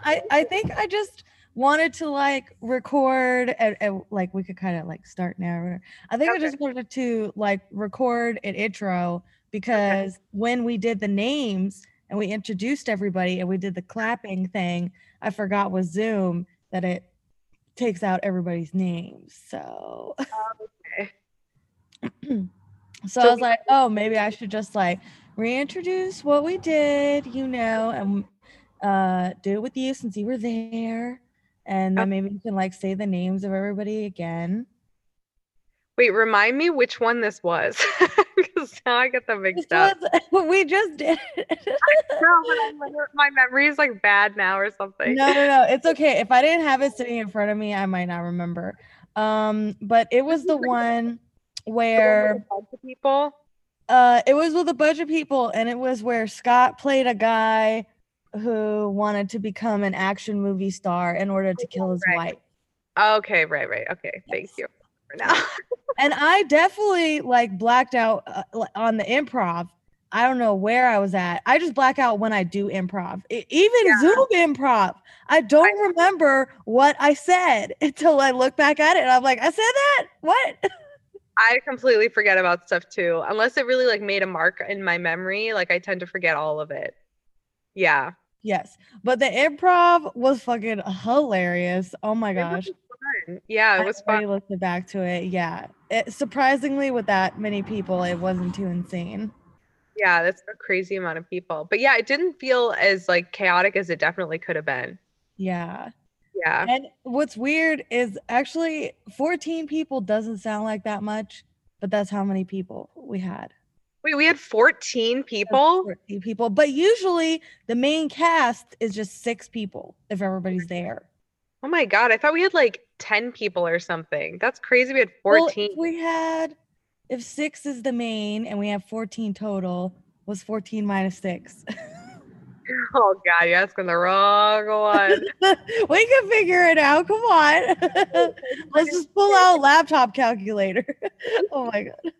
I, I think I just wanted to like record and, and like we could kind of like start now. or whatever. I think I Okay. just wanted to like record an intro because when we did the names and we introduced everybody and we did the clapping thing, I forgot with Zoom that it takes out everybody's names. So so I So was like, oh, maybe I should just like reintroduce what we did, you know, and uh, do it with you since you were there. And then maybe you can like say the names of everybody again. Wait, remind me which one this was. Because now I get them This mixed up. was what we just did. No, but I'm like, my memory is like bad now or something. no, no, no. It's okay. If I didn't have it sitting in front of me, I might not remember. Um, but it was the one The where one with a bunch of people. Uh, it was with a bunch of people, and it was where Scott played a guy who wanted to become an action movie star in order to kill his Right. wife. Okay, right, right. Okay, thank you for now. And I definitely like blacked out uh, li- on the improv. I don't know where I was at. I just black out when I do improv, E- even Yeah. Zoom improv. I don't remember what I said until I look back at it, and I'm like, I said that. What? I completely forget about stuff too, unless it really like made a mark in my memory. Like I tend to forget all of it. Yeah. Yes, but the improv was fucking hilarious. Oh my It was gosh. fun. Yeah, it I was fun. already listened back to it. Yeah. It, surprisingly, with that many people, it wasn't too insane. Yeah, that's a crazy amount of people. But yeah, it didn't feel as like chaotic as it definitely could have been. Yeah. Yeah. And what's weird is actually 14 people doesn't sound like that much, but that's how many people we had. Wait, we had 14 people? 14 people. But usually the main cast is just six people if everybody's there. Oh my God. I thought we had like 10 people or something. That's crazy. We had Well, 14. if we had, if six is the main and we have 14 total, was 14 minus six? oh God, you're asking the wrong one. we can figure it out. Come on. Let's just pull out laptop calculator. oh my god.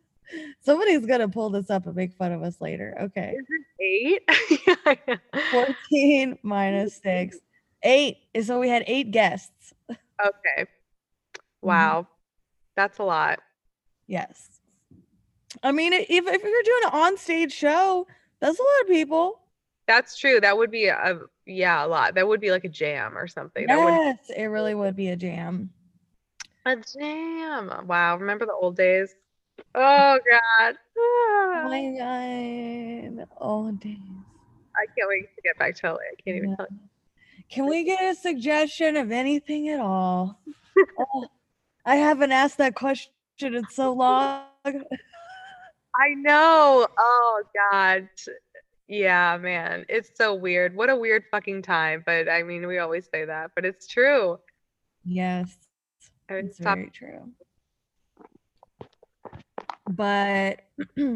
Somebody's gonna pull this up and make fun of us later. Okay. Eight? yeah, yeah. 14 minus six. Eight. And So we had eight guests. Mm-hmm. Okay. Wow. That's a lot. Yes. I mean, if if you're doing an on-stage show, that's a lot of people. That's true. That would be a yeah, a lot. That would be like a jam or something. That would Yes, it really would be a jam. A jam. Wow. Remember the old days? Oh, God. Oh Ah. my god. Oh days. I can't wait to get back to LA. I can't even Yeah. tell you. Can we get a suggestion of anything at all? Oh, I haven't asked that question in so long. I know. Oh, God. Yeah, man. It's so weird. What a weird fucking time. But I mean, we always say that, but it's true. Yes, I would it's stop. very true. But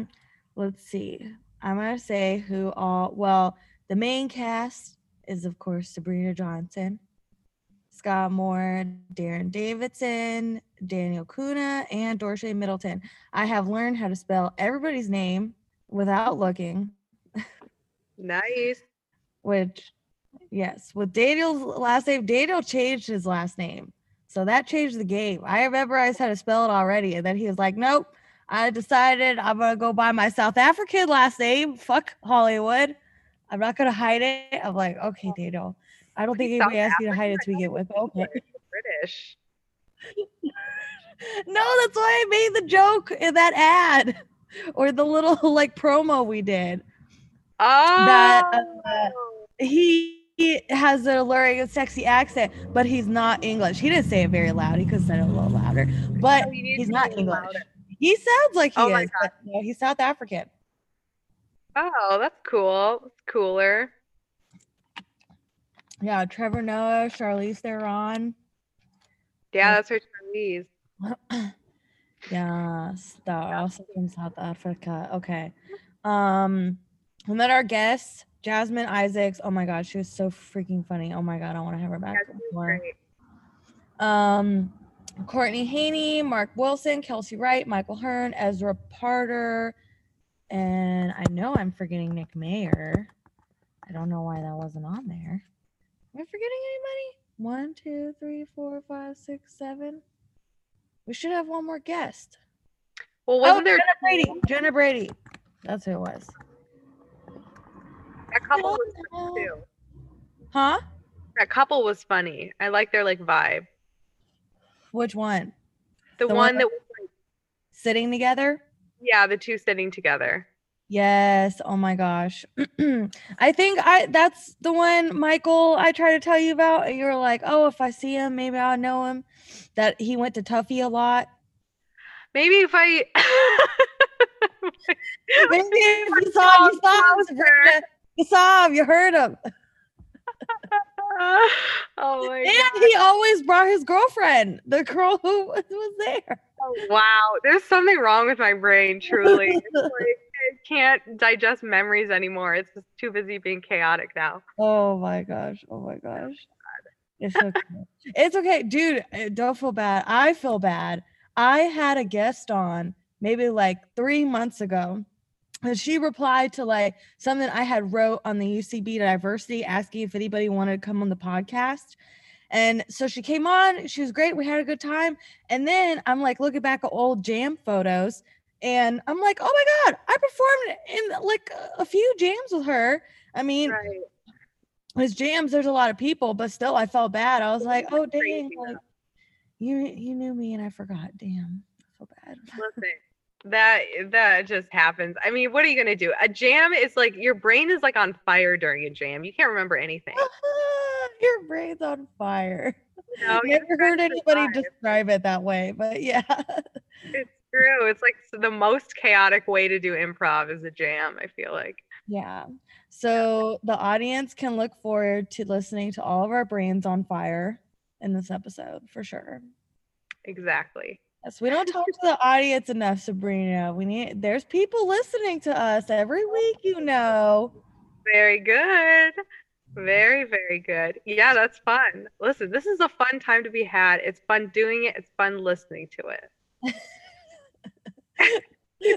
let's see. I'm going to say who all, well, the main cast is, of course, Sabrina Johnson, Scott Moore, Darren Davidson, Daniel Kuna, and Dorsey Middleton. I have learned how to spell everybody's name without looking. Nice. which yes with daniel's last name daniel changed his last name so that changed the game i memorized how to spell it already and then he was like nope i decided i'm gonna go by my south african last name fuck hollywood i'm not gonna hide it i'm like okay daniel i don't think Wait, anybody South asked you to hide it to begin with but okay British. no that's why i made the joke in that ad or the little like promo we did Oh, uh, he, he has an alluring and sexy accent, but he's not English. He didn't say it very loud. He could have said it a little louder, but So you need he's to not be English. louder. He sounds like he Oh my is. But, no, he's South African. Oh, that's cool. That's cooler. Yeah, Trevor Noah, Charlize Theron. Yeah, that's her Chinese. Yes, they're also from South Africa. Okay. Um, and then our guest, Jasmine Isaacs. Oh my god, she was so freaking funny. Oh my god, I want to have her back. That's more. great. um, Courtney Haney, Mark Wilson, Kelsey Wright, Michael Hearn, Ezra Parter, and I know I'm forgetting Nick Mayer. I don't know why that wasn't on there. Am I forgetting anybody? One, two, three, four, five, six, seven. We should have one more guest. Well, Oh, wasn't there Jenna Brady. Jenna Brady. That's who it was. that couple was fun too? Huh? That couple was funny. I like their like vibe. Which one? The The, one one that- that was like, Sitting together? yeah, the two sitting together. Yes. Oh my gosh. I think I that's the one Michael I tried to tell you about and you were like, "Oh, if I see him, maybe I'll know him." That he went to Tuffy a lot. Maybe if I Maybe if you saw him, you saw him, Sabrina. You saw him, you heard him. Oh my And he always brought his girlfriend, the girl who was- was there. god. Oh, Wow. There's something wrong with my brain, truly. It's like, I can't digest memories anymore. It's just too busy being chaotic now. Oh my gosh. Oh my gosh. It's okay. it's okay. Dude, uh, don't feel bad. I feel bad. I had a guest on maybe like three months ago. And she replied to like something I had wrote on the UCB diversity asking if anybody wanted to come on the podcast. And so she came on, she was great. We had a good time. And then I'm like looking back at old jam photos and I'm like, oh my God, I performed in like a- a few jams with her. I mean, Right. his jams there's a lot of people but still i felt bad i was like oh dang crazy like, you you knew me and i forgot damn i feel bad Listen, that that just happens. I mean, what are you gonna do? A jam is like your brain is like on fire during a jam. You can't remember anything. your brain's on fire You know? You never heard spend your anybody life. describe it that way but yeah It's true. It's like the most chaotic way to do improv is a jam. I feel like. yeah so the audience can look forward to listening to all of our brains on fire in this episode for sure Exactly. yes we don't talk to the audience enough sabrina we need there's people listening to us every week you know Very good. Very, very good. Yeah, that's fun. Listen, this is a fun time to be had. It's fun doing it. It's fun listening to it.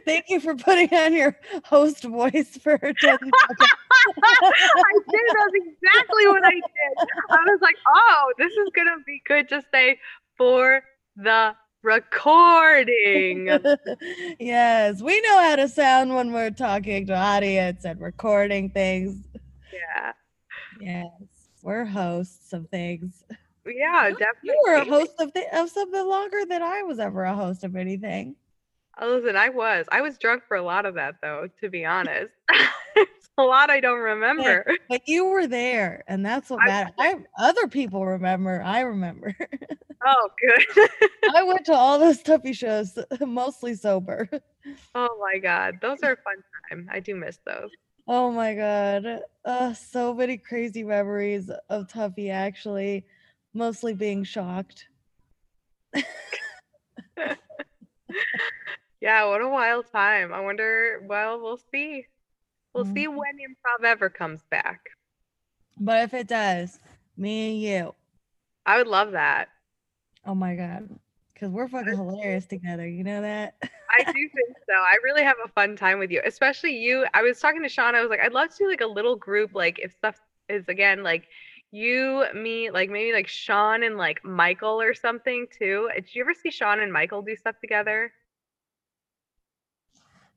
Thank you for putting on your host voice for 10 seconds. I did. That's exactly what I did. I was like, oh, this is gonna be good. Just say for the recording. yes, we know how to sound when we're talking to audience and recording things. Yeah. Yes, we're hosts of things. Yeah, You were a definitely. host of, thi- of something longer than I was ever a host of anything. Oh, Listen, I was. I was drunk for a lot of that though, to be honest. It's a lot I don't remember. But you were there, and that's what I matters. I, other people remember. I remember. Oh good. I went to all those Tuffy shows mostly sober. oh my god. Those are a fun time. I do miss those. Oh my god. Uh, so many crazy memories of Tuffy actually, mostly being shocked. Yeah, what a wild time. I wonder, well, we'll see. We'll Mhm. see when improv ever comes back. But if it does, me and you. I would love that. Oh my god. Cause we're fucking hilarious together. You know that? I do think so. I really have a fun time with you, especially you. I was talking to Sean. I was like, I'd love to do like a little group, like if stuff is again like you, me, like maybe like Sean and like Michael or something too. Did you ever see Sean and Michael do stuff together?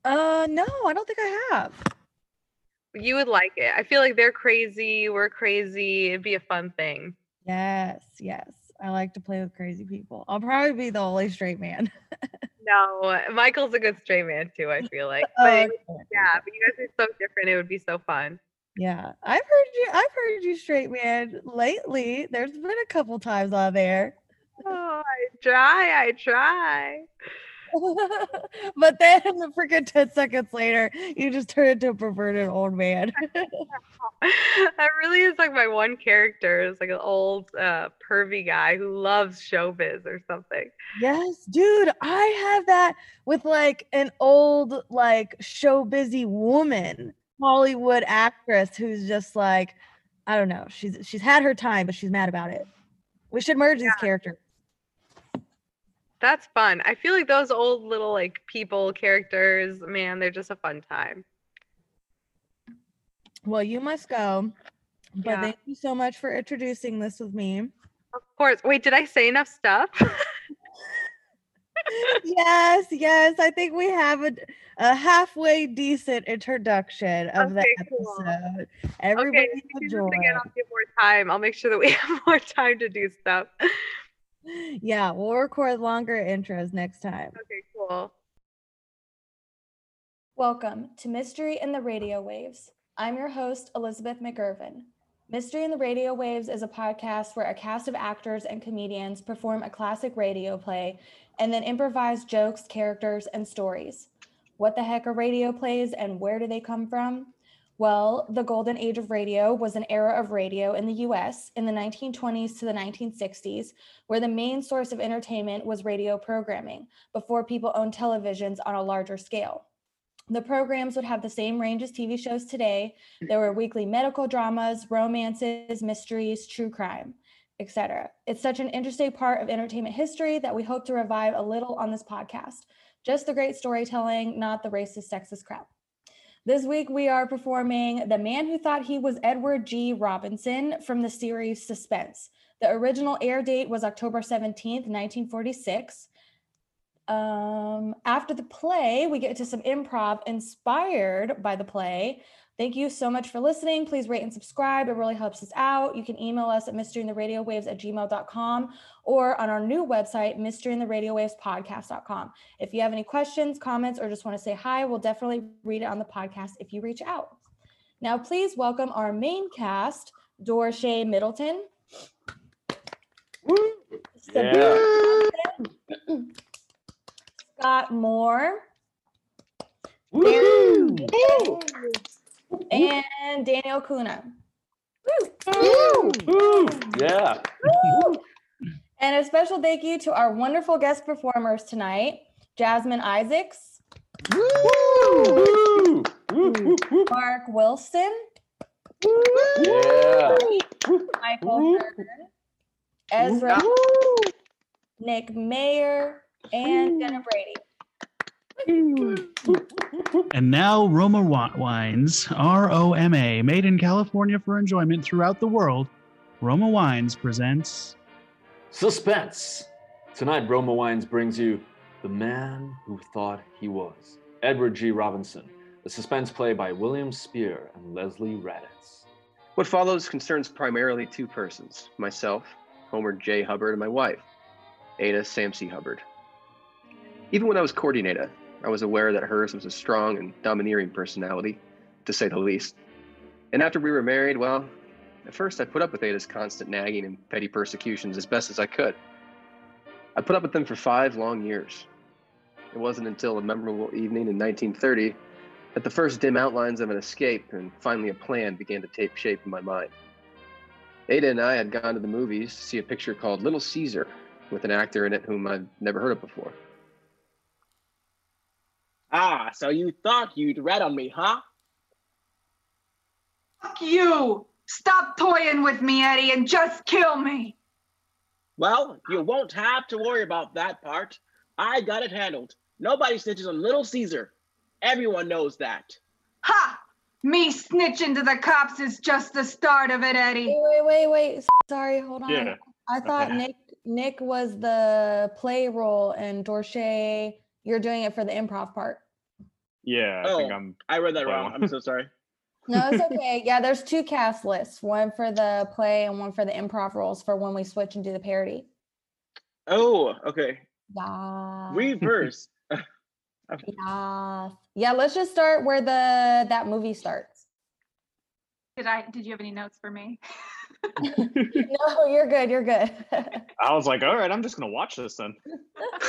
Uh no, I don't think I have. You would like it. I feel like they're crazy. We're crazy. It'd be a fun thing. Yes, yes. I like to play with crazy people. I'll probably be the only straight man. No, Michael's a good straight man too. I feel like, Oh, but it- okay. yeah, but you guys are so different. It would be so fun. Yeah. I've heard you I've heard you straight man lately. There's been a couple times on there. Oh, I try. I try. but then the freaking 10 seconds later, you just turn into a perverted old man. that really is like my one character is like an old uh, pervy guy who loves showbiz or something. yes, dude, I have that with like an old, like show busy woman, Hollywood actress who's just like, I don't know, she's she's had her time, but she's mad about it. We should merge these characters. That's fun. I feel like those old little like people characters, man, they're just a fun time. Well, you must go But Yeah. thank you so much for introducing this with me. Of course. Wait, did I say enough stuff? yes, yes. I think we have a, a halfway decent introduction of the Okay, cool. episode. okay, Everybody if you do enjoy. this again, I'll get more time. I'll make sure that we have more time to do stuff. Yeah, we'll record longer intros next time. Okay, cool. Welcome to Mystery in the Radio Waves. I'm your host, Elizabeth McGirvin. Mystery in the Radio Waves is a podcast where a cast of actors and comedians perform a classic radio play and then improvise jokes, characters, and stories. What the heck are radio plays and where do they come from? Well, the golden age of radio was an era of radio in the US in the 1920s to the 1960s, where the main source of entertainment was radio programming before people owned televisions on a larger scale. The programs would have the same range as TV shows today. There were weekly medical dramas, romances, mysteries, true crime, etc. It's such an interesting part of entertainment history that we hope to revive a little on this podcast. Just the great storytelling, not the racist, sexist crap. This week we are performing The Man Who Thought He Was Edward G. Robinson from the series Suspense. The original air date was October 17th, 1946. Um, after the play, we get to some improv inspired by the play. Thank you so much for listening. Please rate and subscribe. It really helps us out. You can email us at mysteryintheradiowaves at gmail.com or on our new website, mysteryintheradiowavespodcast.com. If you have any questions, comments, or just want to say hi, we'll definitely read it on the podcast if you reach out. Now, please welcome our main cast, Dorshay Middleton. Sabrina Johnson, Scott Moore Woo! and Daniel Kuna. Woo! Yeah. And a special thank you to our wonderful guest performers tonight Jasmine Isaacs, Woo! Woo! Woo! Woo! Mark Wilson, Yeah. Michael Hearn, Ezra, Nick Mayer, and Jenna Brady. And now Roma Wa- Wines, R O M A, made in California for enjoyment throughout the world. Roma Wines presents Suspense. Tonight, Broma Wines brings you The Man Who Thought He Was, Edward G. Robinson, a suspense play by William Spear and Leslie Raditz. What follows concerns primarily two persons myself, Homer J. Hubbard, and my wife, Ada Samsey Hubbard. Even when I was courting Ada, I was aware that hers was a strong and domineering personality, to say the least. And after we were married, well, at first I put up with Ada's constant nagging and petty persecutions as best as I could. I put up with them for five long years. It wasn't until a memorable evening in 1930 that the first dim outlines of an escape and finally a plan began to take shape in my mind. Ada and I had gone to the movies to see a picture called Little Caesar with an actor in it whom I've never heard of before. Ah, so you thought you'd rat on me, huh? Fuck you! Stop toying with me, Eddie, and just kill me! Well, you won't have to worry about that part. I got it handled. Nobody snitches on Little Caesar. Everyone knows that. Ha! Me snitching to the cops is just the start of it, Eddie. Wait, wait, wait, wait. Sorry, hold on. I thought Nick Nick was the play role and Dorsey, you're doing it for the improv part. Yeah, I think Oh. I'm. I read that Wow. wrong. I'm so sorry. No, it's okay. yeah, there's two cast lists, one for the play and one for the improv roles for when we switch and do the parody. Oh, okay. Yeah. Reverse. yeah. Yeah, let's just start where the that movie starts. Did I? Did you have any notes for me? No, you're good. You're good. I was like, all right, I'm just gonna watch this then.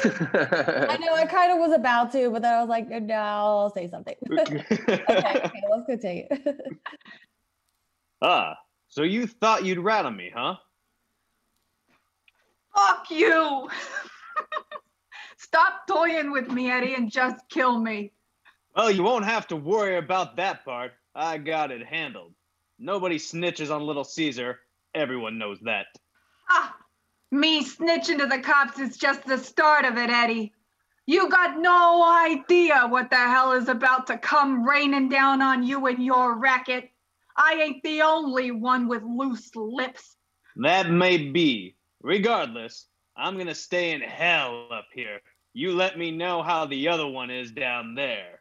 I know I kind of was about to, but then I was like, no, I'll say something. okay, okay, let's continue. ah, so you thought you'd rat on me, huh? Fuck you! Stop toying with me, Eddie, and just kill me. Well, you won't have to worry about that part. I got it handled. Nobody snitches on Little Caesar. Everyone knows that. Ha! Me snitching to the cops is just the start of it, Eddie. You got no idea what the hell is about to come raining down on you and your racket. I ain't the only one with loose lips. That may be. Regardless, I'm gonna stay in hell up here. You let me know how the other one is down there.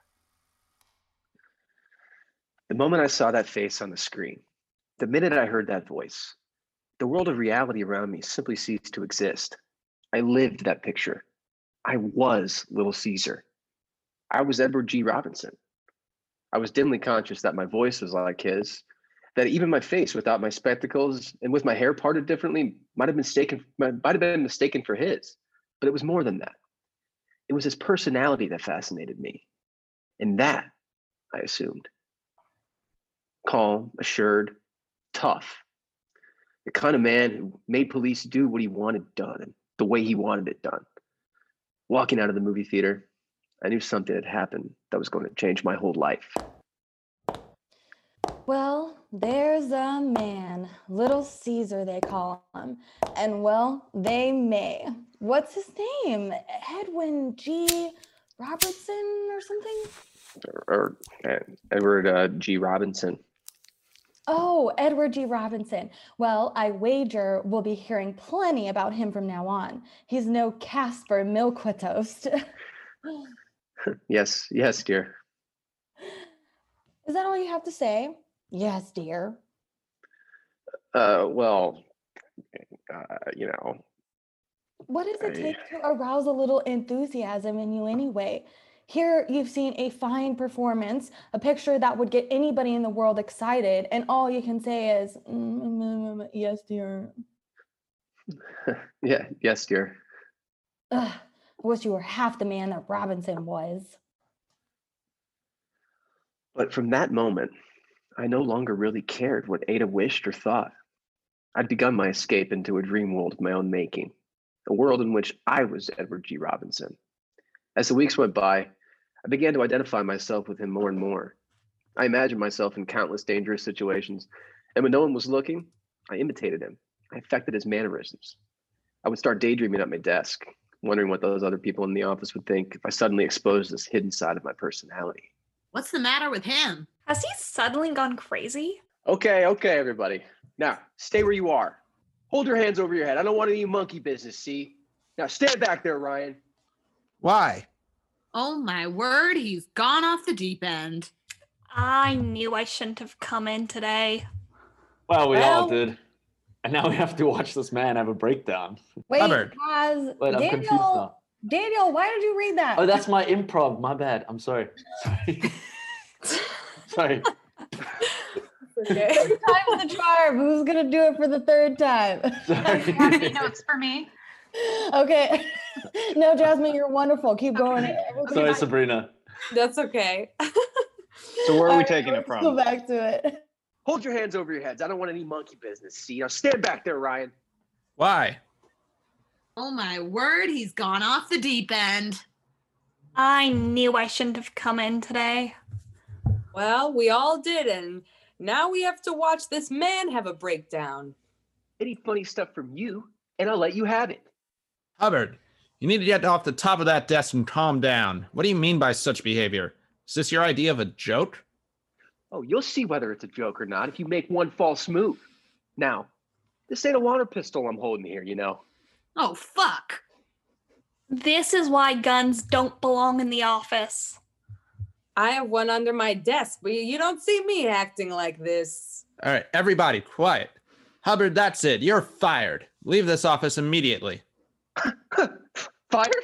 The moment I saw that face on the screen, the minute I heard that voice, the world of reality around me simply ceased to exist. I lived that picture. I was Little Caesar. I was Edward G. Robinson. I was dimly conscious that my voice was like his, that even my face without my spectacles and with my hair parted differently might have been mistaken might have been mistaken for his. But it was more than that. It was his personality that fascinated me. And that, I assumed. Calm, assured, tough. The kind of man who made police do what he wanted done and the way he wanted it done. Walking out of the movie theater, I knew something had happened that was going to change my whole life. Well, there's a man, Little Caesar, they call him. And well, they may. What's his name? Edwin G. Robertson or something? Or, or, uh, Edward uh, G. Robinson. Oh, Edward G. Robinson. Well, I wager we'll be hearing plenty about him from now on. He's no Casper Milquetoast. Yes, yes, dear. Is that all you have to say? Yes, dear. Uh, well, uh, you know, What does it I- take to arouse a little enthusiasm in you anyway? Here you've seen a fine performance, a picture that would get anybody in the world excited, and all you can say is, "Mm, mm, mm, mm, yes, dear. yeah, yes, dear. Ugh, I wish you were half the man that Robinson was. But from that moment, I no longer really cared what Ada wished or thought. I'd begun my escape into a dream world of my own making, a world in which I was Edward G. Robinson. As the weeks went by, I began to identify myself with him more and more. I imagined myself in countless dangerous situations, and when no one was looking, I imitated him. I affected his mannerisms. I would start daydreaming at my desk, wondering what those other people in the office would think if I suddenly exposed this hidden side of my personality. What's the matter with him? Has he suddenly gone crazy? Okay, Okay, everybody. Now, stay where you are. Hold your hands over your head. I don't want any monkey business, see? Now, stand back there, Ryan. Why? Oh my word, he's gone off the deep end. I knew I shouldn't have come in today. Well, we all Well- did. And now we have to watch this man have a breakdown. Wait, Hubbard. has Wait, I'm confused Daniel, now. Daniel, why did you read that? Oh, that's my improv. My bad. I'm sorry. Sorry. sorry. Third time the charm. Who's gonna do it for the third time? Sorry. Any notes for me? okay. no, Jasmine, you're wonderful. Keep going. Everything's sorry, Sabrina. That's okay. So where are we Alright, taking it Let's go from? back to it. Hold your hands over your heads. I don't want any monkey business, see? Now, stand back there, Ryan. Why? Oh my word, he's gone off the deep end. I knew I shouldn't have come in today. Well, we all did, and now we have to watch this man have a breakdown. Any funny stuff from you, and I'll let you have it. Hubbard, you need to get off the top of that desk and calm down. What do you mean by such behavior? Is this your idea of a joke? Oh, you'll see whether it's a joke or not if you make one false move. Now, this ain't a water pistol I'm holding here, you know. Oh fuck. This is why guns don't belong in the office. I have one under my desk, but you don't see me acting like this. All right, everybody, quiet. Hubbard, that's it. You're fired. Leave this office immediately. Fired?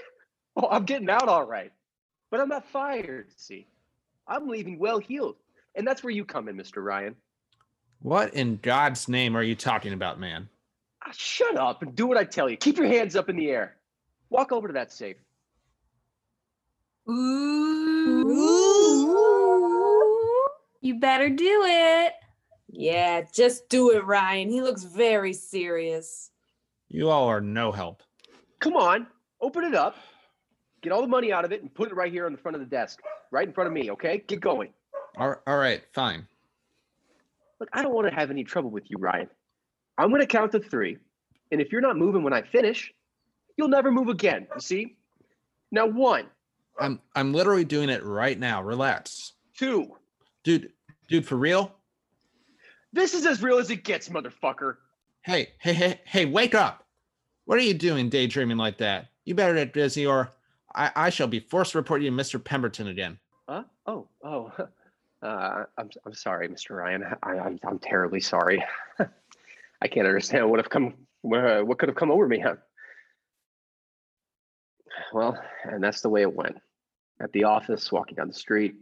Oh, I'm getting out all right. But I'm not fired, see. I'm leaving well healed. And that's where you come in, Mr. Ryan. What in God's name are you talking about, man? Ah, shut up and do what I tell you. Keep your hands up in the air. Walk over to that safe. You better do it. Yeah, just do it, Ryan. He looks very serious. You all are no help. Come on, open it up. Get all the money out of it and put it right here on the front of the desk, right in front of me, okay? Get going. All r- all right, fine. Look, I don't want to have any trouble with you, Ryan. I'm going to count to three. And if you're not moving when I finish, you'll never move again, you see? Now, one, I'm I'm literally doing it right now. Relax. two, Dude, dude, for real? This is as real as it gets, motherfucker. Hey, hey, hey, hey, wake up. What are you doing daydreaming like that? You better get busy or I, I shall be forced to report you to Mr. Pemberton again. Huh? Oh, oh. Uh, I'm, I'm sorry, Mr. Ryan. I, I'm, I'm terribly sorry. I can't understand what have come wha- what could have come over me. huh? Well, and that's the way it went. At the office, walking down the street,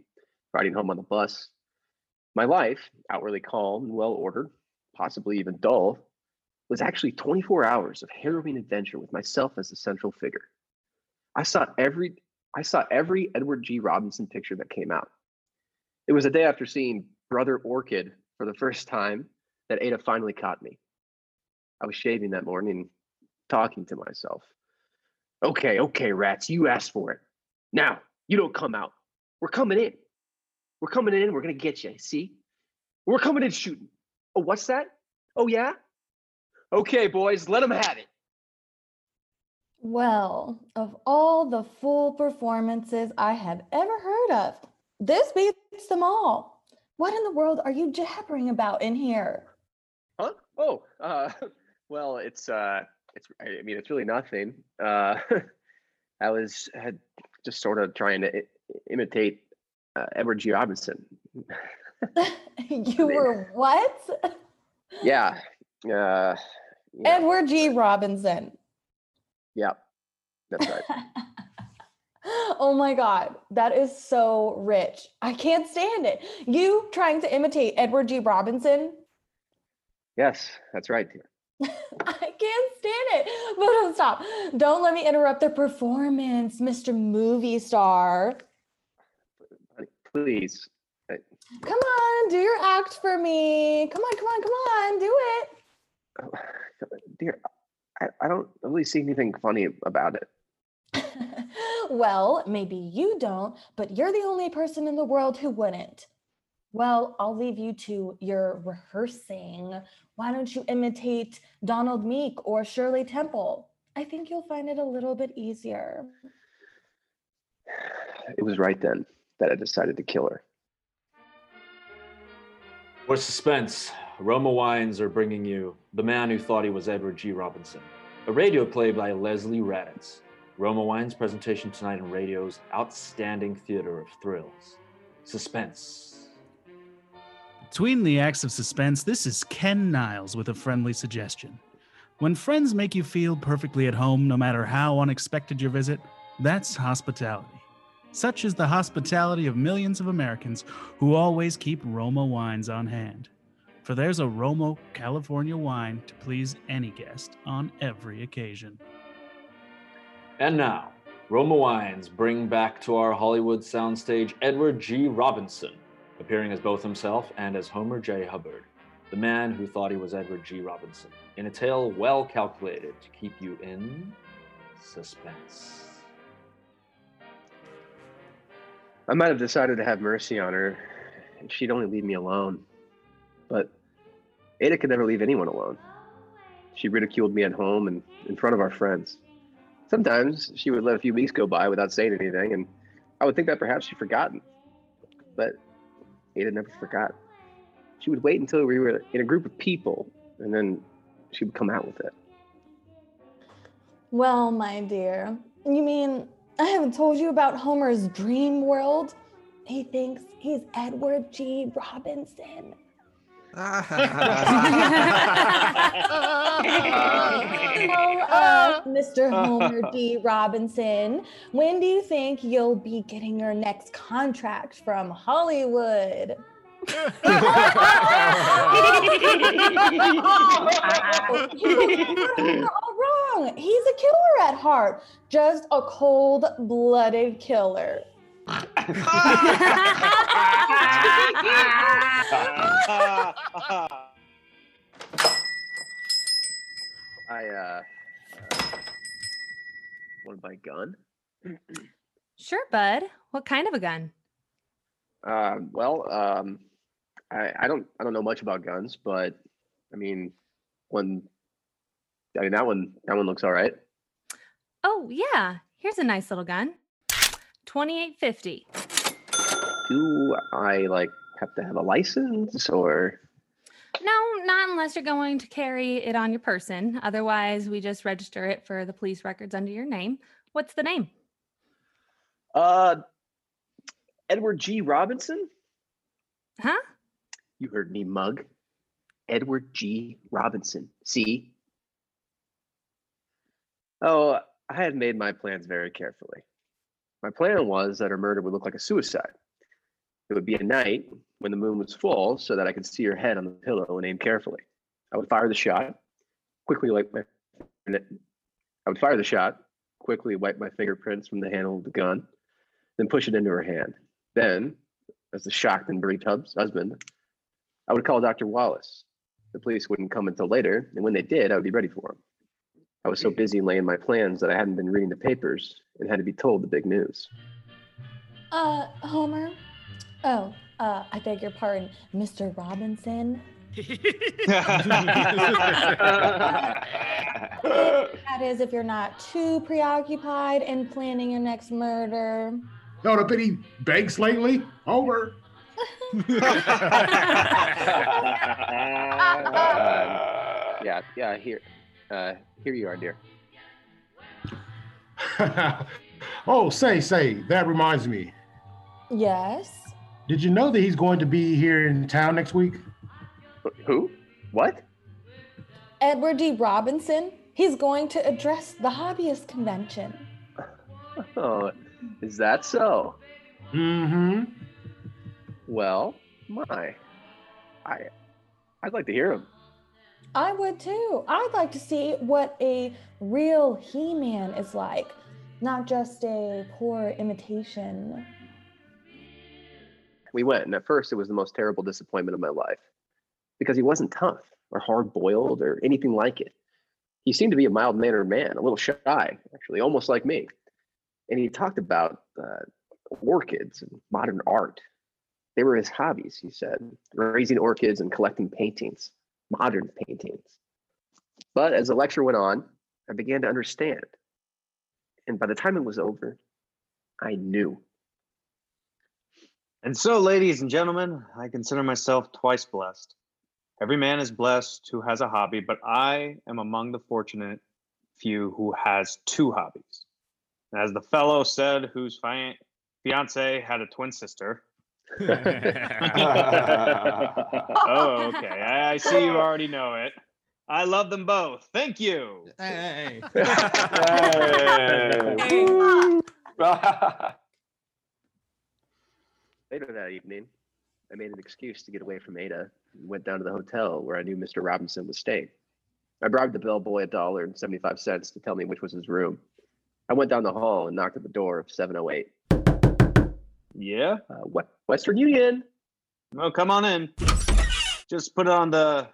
riding home on the bus. My life, outwardly calm and well ordered, possibly even dull, was actually 24 hours of harrowing adventure with myself as the central figure. I saw every I saw every Edward G. Robinson picture that came out. It was a day after seeing Brother Orchid for the first time that Ada finally caught me. I was shaving that morning, talking to myself. Okay, okay, rats, you asked for it. Now, you don't come out. We're coming in. We're coming in. We're going to get you. See? We're coming in shooting. Oh, what's that? Oh, yeah? Okay, boys, let them have it. Well, of all the full performances I have ever heard of, this beats them all. What in the world are you jabbering about in here? Huh? Oh, uh, well, it's, uh, it's, I mean, it's really nothing. Uh, I was uh, just sort of trying to I- imitate uh, Edward G. Robinson. You were what? Yeah. Uh, Edward G. Robinson. yeah. That's right. Oh my God, that is so rich. I can't stand it. You trying to imitate Edward G. Robinson? yes, that's right, dear. I can't stand it. But no, stop. Don't let me interrupt the performance, Mr. Movie Star. Please. uh, Come on, do your act for me. Come on, come on, come on, do it. Dear, I, I don't really see anything funny about it. Well, maybe you don't, but you're the only person in the world who wouldn't. Well, I'll leave you to your rehearsing. Why don't you imitate Donald Meek or Shirley Temple? I think you'll find it a little bit easier. It was right then that I decided to kill her. For suspense, Roma Wines are bringing you The Man Who Thought He Was Edward G. Robinson, a radio play by Leslie Raditz. Roma Wines' presentation tonight in radio's outstanding theater of thrills, suspense. Between the acts of suspense, this is Ken Niles with a friendly suggestion. When friends make you feel perfectly at home, no matter how unexpected your visit, that's hospitality. Such is the hospitality of millions of Americans who always keep Roma wines on hand. For there's a Roma California wine to please any guest on every occasion. And now, Roma Wines bring back to our Hollywood soundstage Edward G. Robinson, appearing as both himself and as Homer J. Hubbard, the man who thought he was Edward G. Robinson, in a tale well calculated to keep you in suspense. I might have decided to have mercy on her if she'd only leave me alone. But Ada could never leave anyone alone. She ridiculed me at home and in front of our friends. Sometimes she would let a few weeks go by without saying anything, and I would think that perhaps she'd forgotten. But Ada never forgot. She would wait until we were in a group of people, and then she would come out with it. Well, my dear, you mean I haven't told you about Homer's dream world? He thinks he's Edward G. Robinson. Well, uh, Mr. Homer D. Robinson, when do you think you'll be getting your next contract from Hollywood? You're all wrong. He's a killer at heart, just a cold blooded killer. I, uh, uh want to buy a gun? Sure, bud. What kind of a gun? Uh, well, um, I, I don't, I don't know much about guns, but I mean, one, I mean that one, that one looks all right. Oh, yeah. Here's a nice little gun. 2850. Do I like have to have a license or? No, not unless you're going to carry it on your person. Otherwise, we just register it for the police records under your name. What's the name? Uh, Edward G. Robinson? Huh? You heard me, mug. Edward G. Robinson. See? Oh, I had made my plans very carefully. My plan was that her murder would look like a suicide. It would be a night when the moon was full so that I could see her head on the pillow and aim carefully. I would fire the shot, quickly wipe my I would fire the shot, quickly wipe my fingerprints from the handle of the gun, then push it into her hand. Then, as the shocked and bereaved hub's husband, I would call Dr. Wallace. The police wouldn't come until later, and when they did, I would be ready for them. I was so busy laying my plans that I hadn't been reading the papers and had to be told the big news. Uh, Homer? Oh, uh, I beg your pardon, Mr. Robinson? That is, if you're not too preoccupied in planning your next murder. Not a penny banks lately. Homer. Um, yeah, yeah, here, uh, here you are, dear. oh, say, say, that reminds me. Yes. Did you know that he's going to be here in town next week? Who? What? Edward D. Robinson? He's going to address the hobbyist convention. Oh, is that so? Mm-hmm. Well, my, I, I'd like to hear him. I would too. I'd like to see what a real He Man is like, not just a poor imitation. We went, and at first it was the most terrible disappointment of my life because he wasn't tough or hard boiled or anything like it. He seemed to be a mild mannered man, a little shy, actually, almost like me. And he talked about uh, orchids and modern art. They were his hobbies, he said, raising orchids and collecting paintings, modern paintings. But as the lecture went on, I began to understand. And by the time it was over, I knew. And so, ladies and gentlemen, I consider myself twice blessed. Every man is blessed who has a hobby, but I am among the fortunate few who has two hobbies. And as the fellow said, whose fi- fiance had a twin sister. oh, okay. I, I see you already know it. I love them both. Thank you. Hey. Later that evening, I made an excuse to get away from Ada and went down to the hotel where I knew Mr. Robinson was staying. I bribed the bellboy a dollar and 75 cents to tell me which was his room. I went down the hall and knocked at the door of 708. Yeah. Uh, what? Western Union. No, come on in. Just put on the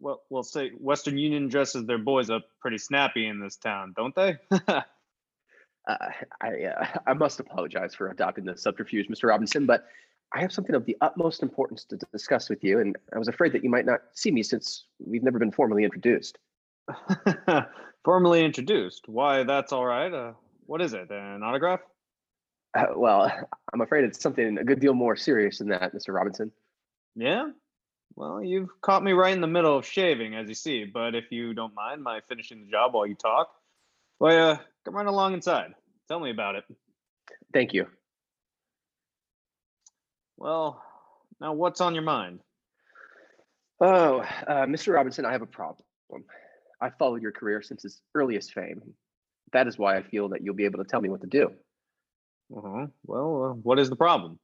well. We'll say Western Union dresses their boys up pretty snappy in this town, don't they? Uh, I, uh, I must apologize for adopting the subterfuge, Mr. Robinson, but I have something of the utmost importance to discuss with you, and I was afraid that you might not see me since we've never been formally introduced. Formally introduced. Why, that's all right. Uh, what is it? An autograph? Uh, well, I'm afraid it's something a good deal more serious than that, Mr. Robinson. Yeah. Well, you've caught me right in the middle of shaving, as you see. But if you don't mind my finishing the job while you talk, well, uh, come right along inside. Tell me about it. Thank you. Well, now what's on your mind? Oh, uh, Mr. Robinson, I have a problem. I've followed your career since its earliest fame. That is why I feel that you'll be able to tell me what to do. Uh-huh. Well, uh, what is the problem?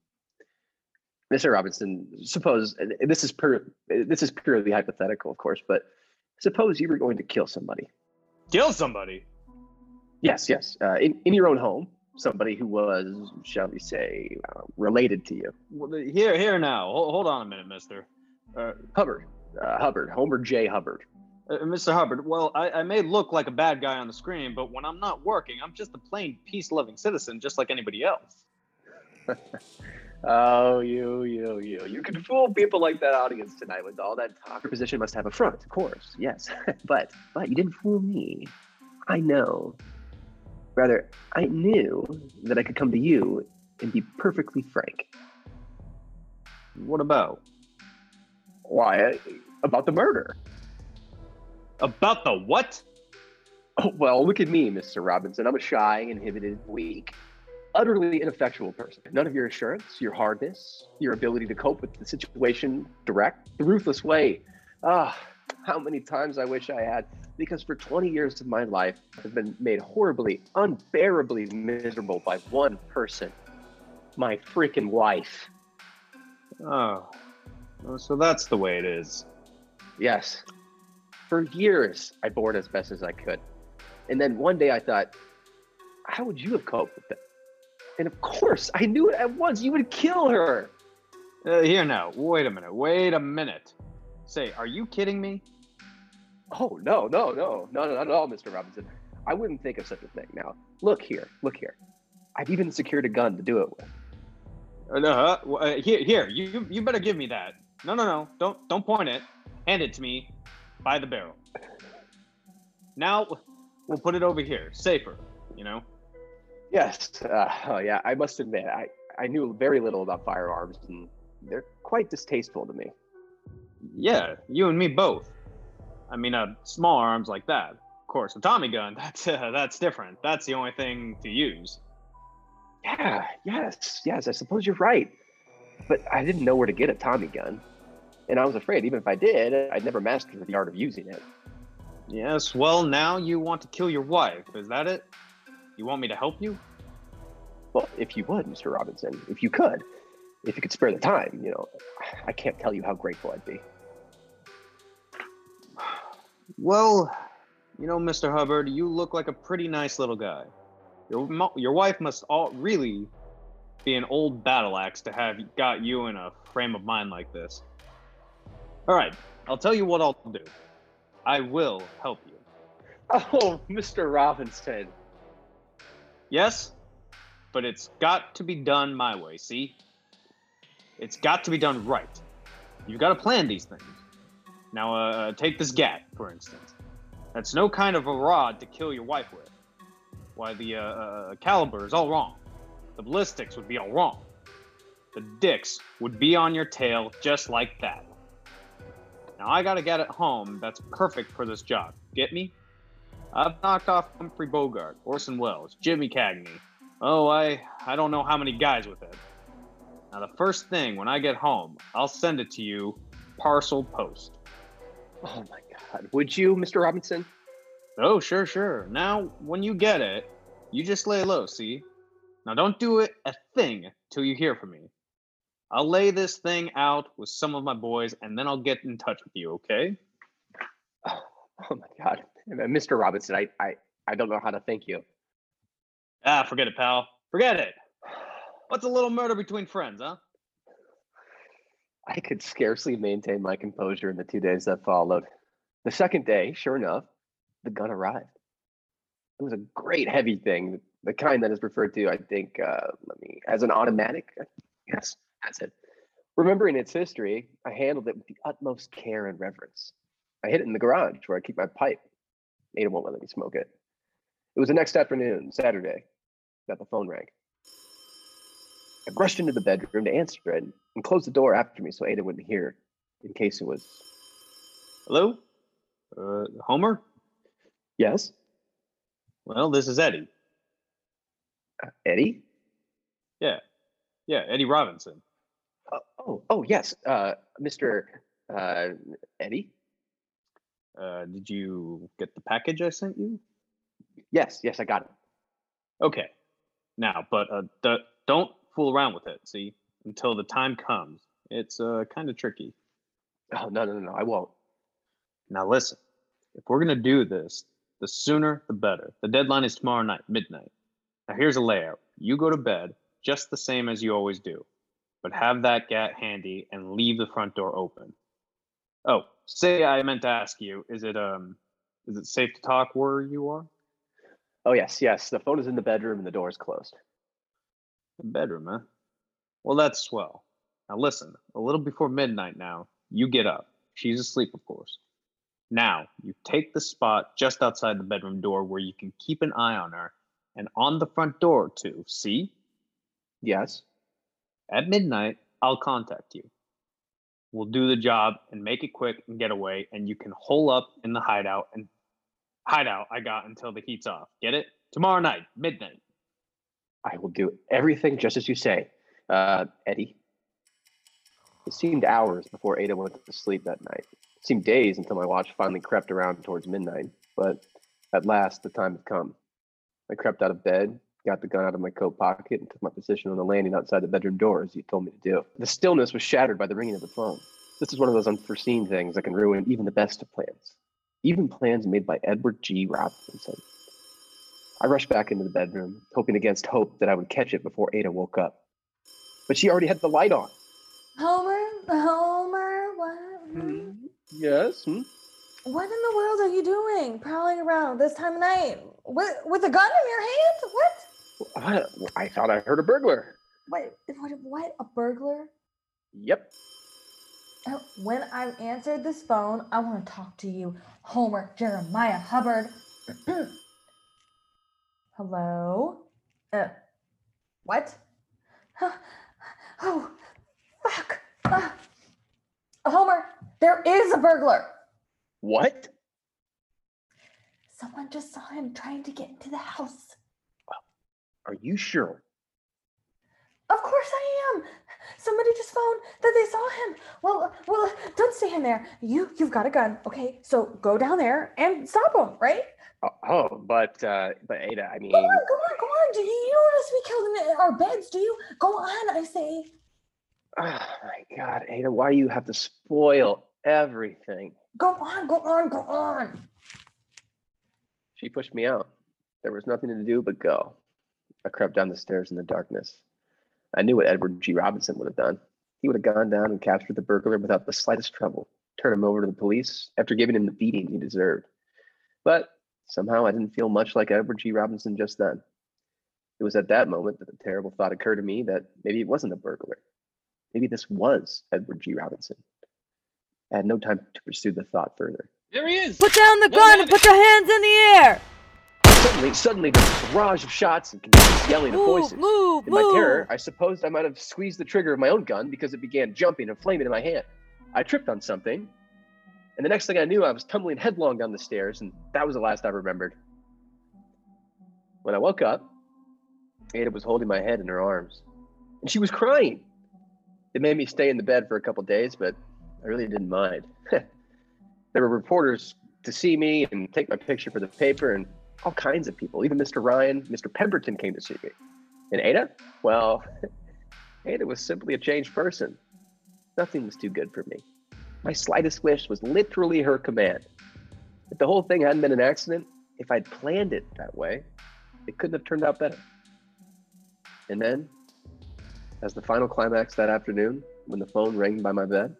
Mr. Robinson, suppose and this is per, this is purely hypothetical, of course, but suppose you were going to kill somebody. Kill somebody. Yes, yes, uh, in in your own home, somebody who was, shall we say, uh, related to you. Well, Here, here now. Hold, hold on a minute, Mister uh, Hubbard, uh, Hubbard, Homer J. Hubbard. uh, Mr. Hubbard. Well, I, I may look like a bad guy on the screen, but when I'm not working, I'm just a plain peace-loving citizen, just like anybody else. Oh, you, you, you. You can fool people like that audience tonight with all that talk. Your position must have a front, of course. Yes. but but you didn't fool me. I know. Rather, I knew that I could come to you and be perfectly frank. What about? Why? I, about the murder. About the what? Oh, well, look at me, Mr. Robinson. I'm a shy, inhibited, weak, utterly ineffectual person. None of your assurance, your hardness, your ability to cope with the situation direct, the ruthless way. Ah, how many times I wish I had, because for 20 years of my life, I've been made horribly, unbearably miserable by one person my freaking wife. Oh. Oh, So that's the way it is. Yes. For years, I bored as best as I could. And then one day I thought, how would you have coped with that? And of course, I knew it at once. You would kill her. Uh, here now. Wait a minute. Wait a minute. Say, are you kidding me? Oh, no, no, no, no, no, not at all, Mr. Robinson. I wouldn't think of such a thing now. Look here, look here. I've even secured a gun to do it with. Uh, no, huh? Well, uh, here, here. You, you better give me that. No, no, no. Don't, don't point it. Hand it to me by the barrel. Now, we'll put it over here, safer. You know. Yes. Uh, oh, yeah. I must admit, I, I knew very little about firearms, and they're quite distasteful to me. Yeah, you and me both. I mean, uh, small arms like that. Of course, a Tommy gun. That's uh, that's different. That's the only thing to use. Yeah, yes, yes, I suppose you're right. But I didn't know where to get a Tommy gun. And I was afraid, even if I did, I'd never mastered the art of using it. Yes. Well, now you want to kill your wife. Is that it? You want me to help you? Well, if you would, Mr. Robinson, if you could, if you could spare the time, you know, I can't tell you how grateful I'd be. Well, you know, Mr. Hubbard, you look like a pretty nice little guy. Your mo- your wife must all really be an old battle axe to have got you in a frame of mind like this. All right, I'll tell you what I'll do. I will help you. Oh, Mr. Robinson. Yes, but it's got to be done my way, see? It's got to be done right. You've got to plan these things. Now, uh, take this gat, for instance. That's no kind of a rod to kill your wife with. Why, the uh, uh, caliber is all wrong. The ballistics would be all wrong. The dicks would be on your tail just like that. Now, I got a gat at home that's perfect for this job. Get me? I've knocked off Humphrey Bogart, Orson Welles, Jimmy Cagney. Oh, I I don't know how many guys with it. Now the first thing when I get home, I'll send it to you, parcel post. Oh my God, would you, Mr. Robinson? Oh sure, sure. Now when you get it, you just lay low. See? Now don't do it a thing till you hear from me. I'll lay this thing out with some of my boys, and then I'll get in touch with you. Okay? Oh my God, Mr. Robinson, I, I, I don't know how to thank you. Ah, forget it, pal. Forget it. What's a little murder between friends, huh? I could scarcely maintain my composure in the two days that followed. The second day, sure enough, the gun arrived. It was a great heavy thing, the kind that is referred to, I think, uh, let me, as an automatic. uh, Yes, that's it. Remembering its history, I handled it with the utmost care and reverence. I hid it in the garage where I keep my pipe. Ada won't let me smoke it. It was the next afternoon, Saturday, that the phone rang. I rushed into the bedroom to answer it and closed the door after me so Ada wouldn't hear in case it was. Hello? Uh, Homer? Yes? Well, this is Eddie. Uh, Eddie? Yeah. Yeah, Eddie Robinson. Oh, oh yes, uh, Mr. Uh, Eddie. Uh, did you get the package I sent you? Yes, yes, I got it. Okay. Now, but uh, d- don't fool around with it, see, until the time comes. It's uh, kind of tricky. Oh, no, no, no, no, I won't. Now, listen, if we're going to do this, the sooner the better. The deadline is tomorrow night, midnight. Now, here's a layout you go to bed just the same as you always do, but have that gat handy and leave the front door open. Oh, say I meant to ask you, is it um is it safe to talk where you are? Oh yes, yes. The phone is in the bedroom and the door is closed. The bedroom, huh? Well, that's swell. Now listen, a little before midnight now, you get up. She's asleep, of course. Now, you take the spot just outside the bedroom door where you can keep an eye on her and on the front door too, see? Yes. At midnight, I'll contact you. will do the job and make it quick and get away. And you can hole up in the hideout and hideout I got until the heat's off. Get it? Tomorrow night, midnight. I will do everything just as you say, uh, Eddie. It seemed hours before Ada went to sleep that night. It seemed days until my watch finally crept around towards midnight, but at last the time had come. I crept out of bed, got the gun out of my coat pocket, and took my position on the landing outside the bedroom door as you told me to do. The stillness was shattered by the ringing of the phone. This is one of those unforeseen things that can ruin even the best of plans, even plans made by Edward G. Robinson. I rushed back into the bedroom, hoping against hope that I would catch it before Ada woke up. But she already had the light on. Homer, Homer, what? Yes. Hmm? What in the world are you doing, prowling around this time of night with with a gun in your hand? What? What? I thought I heard a burglar. What? What? What? A burglar? Yep. Uh, When I've answered this phone, I want to talk to you, Homer Jeremiah Hubbard. Hello. Uh, what? Oh, fuck! Ah. Homer, there is a burglar. What? Someone just saw him trying to get into the house. Are you sure? Of course I am. Somebody just phoned that they saw him. Well, uh, well, uh, don't stay in there. You, you've got a gun. Okay, so go down there and stop him. Right? Oh, Oh, but uh, but Ada, I mean, Go on, go on, go on. Do you, you don't want us to be killed in our beds? Do you? Go on, I say. oh my God, Ada, why do you have to spoil everything? Go on, go on, go on. She pushed me out. There was nothing to do but go. I crept down the stairs in the darkness. I knew what Edward G. Robinson would have done. He would have gone down and captured the burglar without the slightest trouble, turned him over to the police after giving him the beating he deserved. But somehow I didn't feel much like Edward G. Robinson just then. It was at that moment that the terrible thought occurred to me that maybe it wasn't a burglar. Maybe this was Edward G. Robinson. I had no time to pursue the thought further. There he is. Put down the gun and put your hands in the air. Suddenly, suddenly, there was a barrage of shots and confused yelling of Move, voices. move, in my terror, move. I supposed I might have squeezed the trigger of my own gun because it began jumping and flaming in my hand. I tripped on something, and the next thing I knew, I was tumbling headlong down the stairs, and that was the last I remembered. When I woke up, Ada was holding my head in her arms, and she was crying. It made me stay in the bed for a couple days, but I really didn't mind. there were reporters to see me and take my picture for the paper, and all kinds of people. Even Mr. Ryan, Mr. Pemberton came to see me. And Ada? Well, Ada was simply a changed person. Nothing was too good for me. My slightest wish was literally her command. If the whole thing hadn't been an accident, if I'd planned it that way, it couldn't have turned out better. And then, as the final climax that afternoon, when the phone rang by my bed,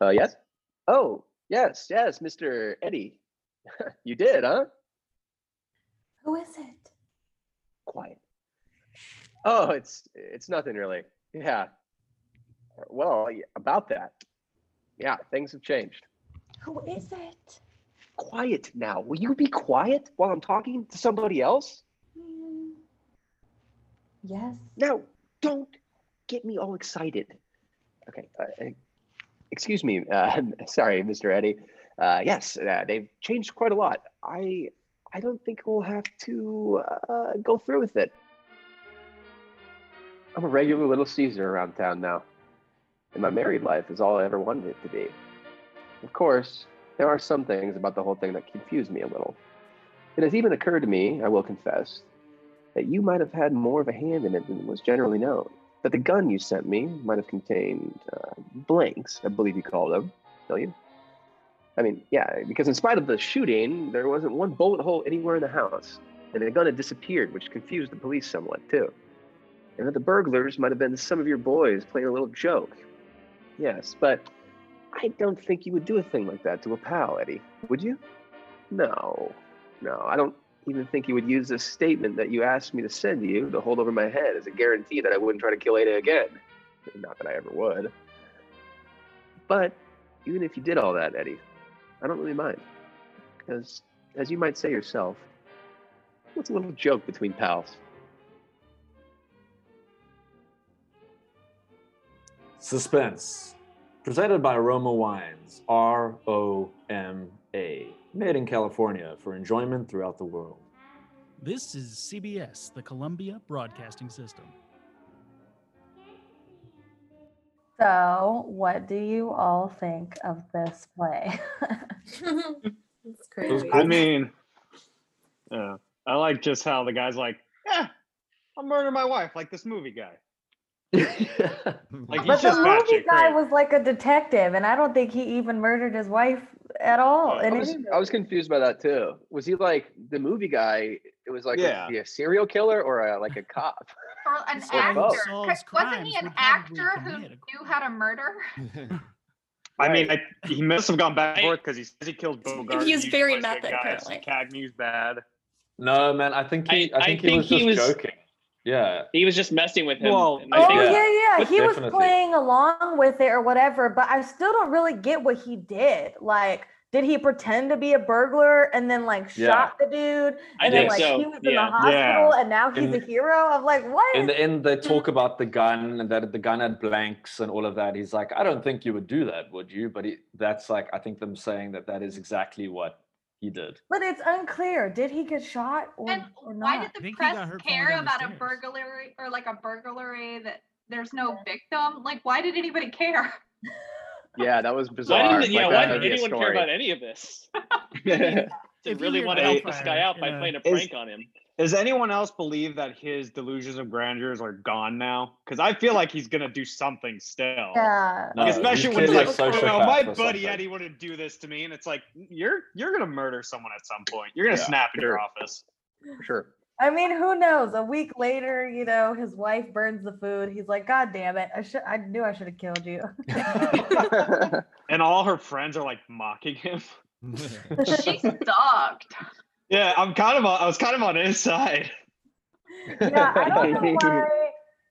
uh, yes? Oh, yes, yes, Mr. Eddie. you did, huh? Who is it? quiet. Oh, it's it's nothing really. Yeah. Well, y- about that. Yeah, things have changed. Who is it? Quiet now. Will you be quiet while I'm talking to somebody else? Yes. No, don't get me all excited. Okay. Uh, uh, excuse me. Uh, sorry, Mr. Eddie. Uh, yes, uh, they've changed quite a lot. I I don't think we'll have to uh, go through with it. I'm a regular little Caesar around town now, and my married life is all I ever wanted it to be. Of course, there are some things about the whole thing that confuse me a little. It has even occurred to me, I will confess, that you might have had more of a hand in it than was generally known. That the gun you sent me might have contained uh, blanks, I believe you call them, don't you? I mean, yeah, because in spite of the shooting, there wasn't one bullet hole anywhere in the house, and the gun had disappeared, which confused the police somewhat, too. And that the burglars might have been some of your boys playing a little joke. Yes, but I don't think you would do a thing like that to a pal, Eddie, would you? No, no, I don't even think you would use this statement that you asked me to send you to hold over my head as a guarantee that I wouldn't try to kill Ada again. Not that I ever would. But even if you did all that, Eddie, I don't really mind. Because, as you might say yourself, what's a little joke between pals? Suspense. Presented by Roma Wines, R O M A. Made in California for enjoyment throughout the world. This is CBS, the Columbia Broadcasting System. So, what do you all think of this play? it's I mean, yeah, I like just how the guy's like, yeah, I'll murder my wife like this movie guy. like but he's the just batshit movie guy crazy. was like a detective, and I don't think he even murdered his wife at all. I in was, any I was confused by that too. Was he like the movie guy? It was like Yeah. a, a serial killer or a, like a cop? Or an It's like actor. both. Cause Wasn't he an actor who knew how to murder? I mean, I, he must have gone back and forth because he says he killed Bogart. He is very plays good method, guy, so Cagney's bad. No, man, I think he, I, I think, he think was he just was- joking. Yeah. He was just messing with him. Well, and I Oh think- yeah, yeah. He was Definitely. playing along with it or whatever, but I still don't really get what he did. Like, did he pretend to be a burglar and then like Yeah. shot the dude? I And then think like so, he was in the yeah. hospital Yeah. and now In- he's a hero. I'm like, what? In the end, they talk about the gun and that the gun had blanks and all of that. He's like, I don't think you would do that, would you? But he, that's like, I think them saying that that is exactly what he did. but it's unclear. Did he get shot or, or not? Why did the press care down the about a burglary or like a burglary that there's no victim? Like, why did anybody care? Yeah, that was bizarre. Why didn't, yeah, Like, why did that could be a anyone care story. about any of this? They If you really were want to to help help this her guy out by in a- playing a Is- prank on him. Does anyone else believe that his delusions of grandeurs are gone now? Because I feel like he's gonna do something still. Yeah. Like, No, especially he's when clearly like, a you know, sociopath my or buddy something. Eddie would not do this to me, and it's like you're you're gonna murder someone at some point. You're gonna Yeah. snap at your office. Sure. I mean, who knows? A week later, you know, his wife burns the food. He's like, God damn it. I should I knew I should have killed you. And all her friends are like mocking him. She's dogged. yeah, I'm kind of on, I was kind of on his side. yeah, I don't know why.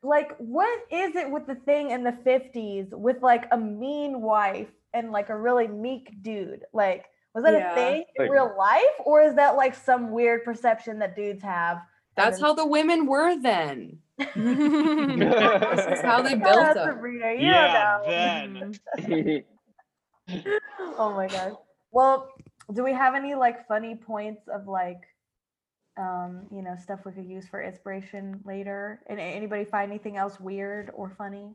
Like, what is it with the thing in the 50s with like a mean wife and like a really meek dude? Like, was that Yeah. a thing in Thing. real life, or is that like some weird perception that dudes have? That's how the women were then. this is how they Shut built up, up. Sabrina, you don't Mm-hmm. then. know. oh my gosh. Well, do we have any like funny points of like, um, you know, stuff we could use for inspiration later? And a- anybody find anything else weird or funny?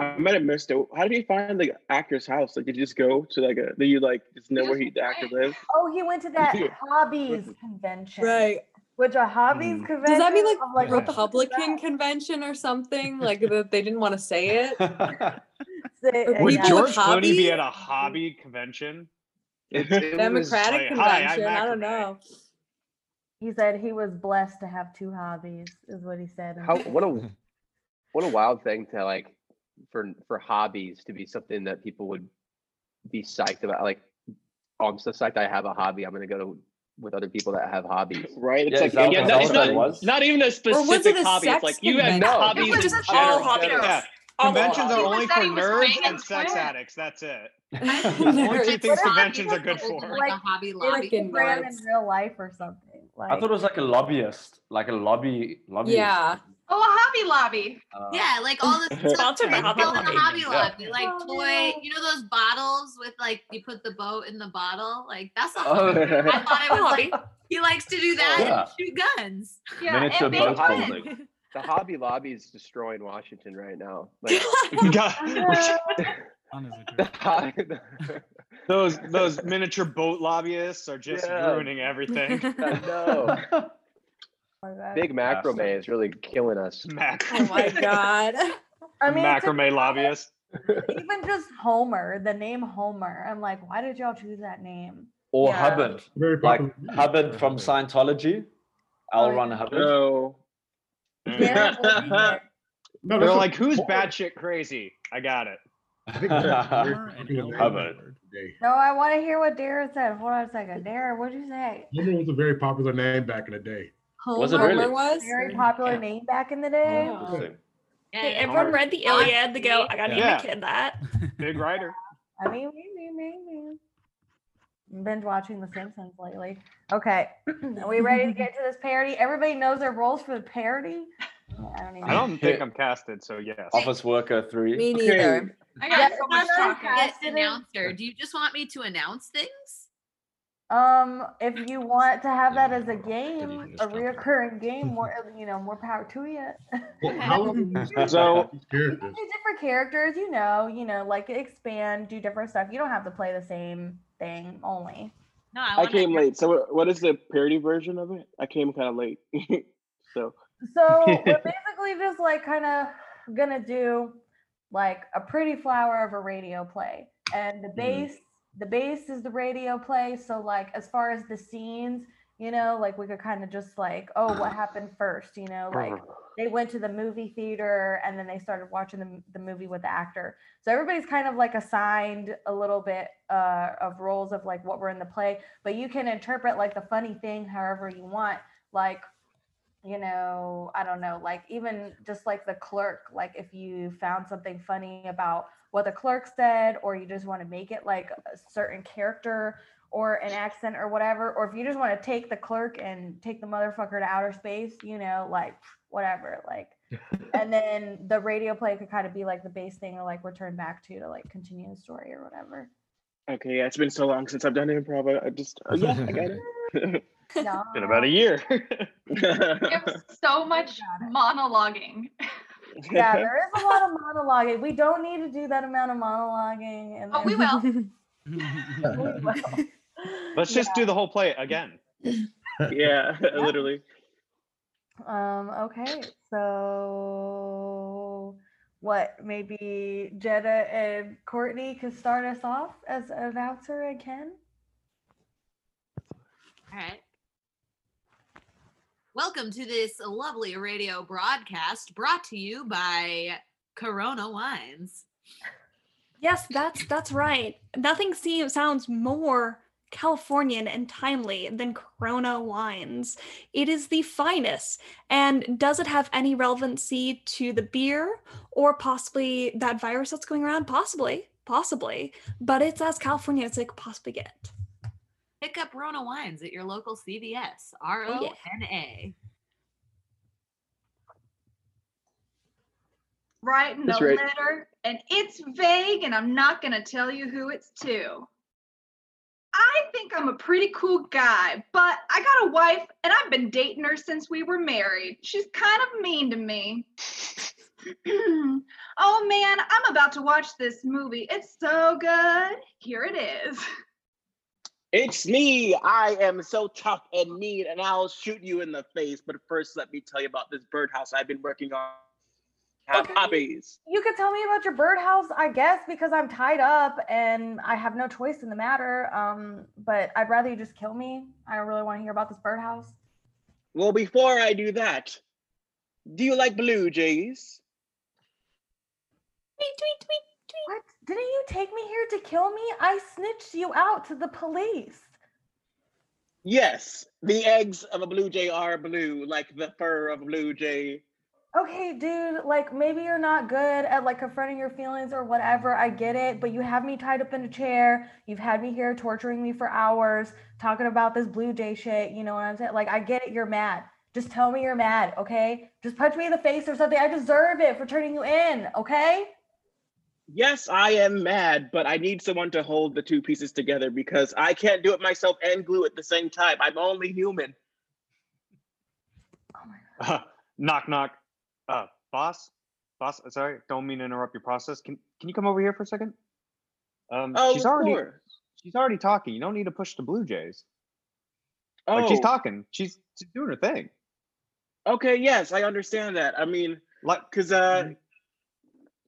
I might have missed it. How did you find the actor's house? Like, did you just go to like a? Did you like just know where he the actor lived? Oh, he went to that Yeah. hobbies convention. Right. Which a hobbies Mm. convention. Does that mean like, I'm what the fuck is Republican convention or something? Like that they didn't want to say it. that? Would Would People George with Clooney be hobbies? at a hobby convention? Democratic Like, "Hi, I'm convention. I don't Mac- know. He said he was blessed to have two hobbies, is what he said. How what a what a wild thing to like for for hobbies to be something that people would be psyched about. Like, oh, I'm so psyched I have a hobby. I'm gonna go to with other people that have hobbies. Right? It's Yeah, like is that- yeah, is no, that it's what that not, was? not even a specific hobby. It's like you have No. hobbies. in general. Conventions are He was only for that he was nerds banging and sex twins. addicts. That's it. only two things conventions are good for. like Hobby Instagram in real life or something. Like, I thought it was like a lobbyist, like a lobby, lobby. Oh, a Hobby Lobby. Uh, Yeah, like Oh all the stuff Sponsored by that's Hobby still in the Lobby. Hobby Yeah. Lobby, like toy. You know those bottles with like you put the boat in the bottle. Like that's a Oh. hobby. I thought it was like he likes to do that and shoot guns. Miniature and boat make fun. building. The Hobby Lobby is destroying Washington right now. Like, the Hobby- Those those miniature boat lobbyists are just Yeah. ruining everything. no. Big macrame is really killing us. Macrame. my god. I mean, it's macrame lobbyists. even just Homer, the name Homer. I'm like, why did y'all choose that name? Or Yeah. Hubbard, like Hubbard from Scientology, L. Ron Hubbard. No. They're that's a- like, who's batshit crazy? I got it. I think that's weird fucking with Hubbard. Hubbard today. No, I want to hear what Dara said. Hold on a second. Dara, what'd you say? Homer was a very popular name back in the day. Was it really? was very popular name back in the day. Hey, Oh. everyone read the Iliad to go, I gotta Yeah. give my kid that. Big writer. I mean, me, me, me, me. Been watching The Simpsons lately. Okay, are we ready to get to this parody? Everybody knows their roles for the parody. Yeah, don't even. I don't think I'm casted, so yes. Office worker three. Me neither. I got Yeah, so much I'm talk. Yes, casted in- announcer. Do you just want me to announce things? Um, if you want to have that as a game, a reoccurring game, more you know, more power to you. So Do different characters, you know, you know, like expand, do different stuff. You don't have to play the same thing only. No, I came late. So what- what is the parody version of it? I came kind of late. so So we're basically just like kind of gonna do like a pretty flower of a radio play, and Mm-hmm. the bass, the bass is the radio play. So like as far as the scenes, you know, like we could kind of just like, oh, what happened first, you know, like they went to the movie theater and then they started watching the, m- the movie with the actor. So everybody's kind of like assigned a little bit uh, of roles of like what were in the play, but you can interpret like the funny thing however you want. Like, you know, I don't know, like even just like the clerk, like if you found something funny about what the clerk said, or you just want to make it like a certain character or an accent or whatever, or if you just want to take the clerk and take the motherfucker to outer space, you know, like whatever, like. and then the radio play could kind of be like the base thing to like return back to to like continue the story or whatever. okay, yeah, it's been so long since I've done improv. I- I just oh, yeah, I got it. No. been about a year. So much monologuing. yeah, there is a lot of monologuing. We don't need to do that amount of monologuing. And Oh, we will. let's just do the whole play again. yeah, literally. Um, okay, so what? Maybe Jetta and Courtney could start us off as an announcer and Ken? All right. Welcome to this lovely radio broadcast brought to you by Corona Wines. Yes, that's that's right. Nothing seems sounds more Californian and timely than Corona wines. It is the finest. And does it have any relevancy to the beer or possibly that virus that's going around? Possibly, possibly. But it's as California as it could possibly get. Pick up Rona Wines at your local CVS. R O N A. Writing That's a right. letter, and it's vague, and I'm not gonna tell you who it's to. I think I'm a pretty cool guy, but I got a wife, and I've been dating her since we were married. She's kind of mean to me. oh man, I'm about to watch this movie. It's so good. Here it is. It's me. I am so tough and mean, and I'll shoot you in the face. But first, let me tell you about this birdhouse I've been working on. Have hobbies. You could tell me about your birdhouse, I guess, because I'm tied up and I have no choice in the matter. Um, but I'd rather you just kill me. I don't really want to hear about this birdhouse. Well, before I do that, do you like blue jays? Tweet, tweet, tweet, tweet. What? Didn't you take me here to kill me? I snitched you out to the police. Yes. The eggs of a blue jay are blue, like the fur of a blue jay. Okay, dude, like maybe you're not good at like confronting your feelings or whatever. I get it, but you have me tied up in a chair. You've had me here torturing me for hours talking about this Blue Jay shit. You know what I'm saying? Like, I get it. You're mad. Just tell me you're mad, okay? Just punch me in the face or something. I deserve it for turning you in, okay? Yes, I am mad, but I need someone to hold the two pieces together because I can't do it myself and glue at the same time. I'm only human. knock knock. Uh, boss, boss. Sorry, don't mean to interrupt your process. Can can you come over here for a second? Um, Oh, she's of already course. she's already talking. You don't need to push the Blue Jays. Like she's Oh. talking. She's, she's doing her thing. Okay, Uh, yes, I understand that. I mean, like, cause uh,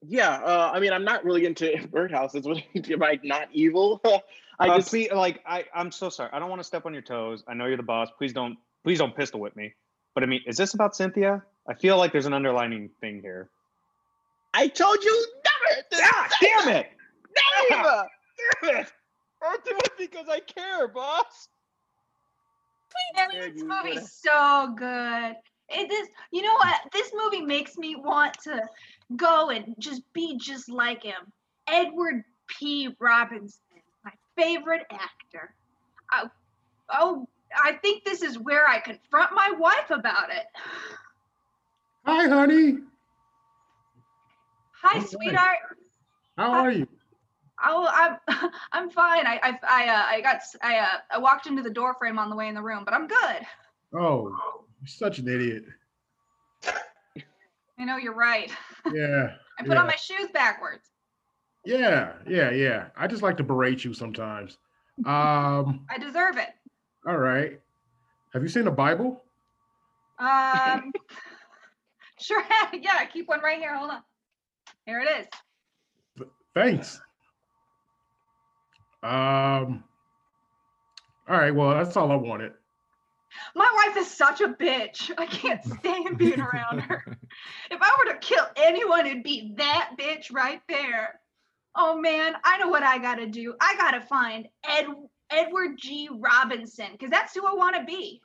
yeah, uh, I mean, I'm not really into birdhouses. What am I not evil? I Uh, just please, like I, I'm so sorry. I don't want to step on your toes. I know you're the boss. Please don't, please don't pistol whip me. But I mean, is this about Cynthia? I feel like there's an underlining thing here. I told you never. Ah, damn it! Never. Damn it! I'll do it because I care, boss. Man, this movie's so good. It is, you know what? This movie makes me want to go and just be just like him. Edward P. Robinson, my favorite actor. Oh, oh, I think this is where I confront my wife about it. Hi, honey. Hi, sweetheart. How are you? Oh, I'm I'm fine. I I I, uh, I got s- I uh, I walked into the door frame on the way in the room, but I'm good. Oh, you're such an idiot. I know you're right. Yeah. I put yeah. on my shoes backwards. Yeah, yeah, yeah. I just like to berate you sometimes. Um, I deserve it. all right. Have you seen the Bible? Um, sure. yeah, I keep one right here. Hold on. Here it is. Thanks. Um, all right, well, that's all I wanted. My wife is such a bitch. I can't stand being around her. If I were to kill anyone, it'd be that bitch right there. Oh man, I know what I gotta do. I gotta find Ed Edward G. Robinson, because that's who I wanna be.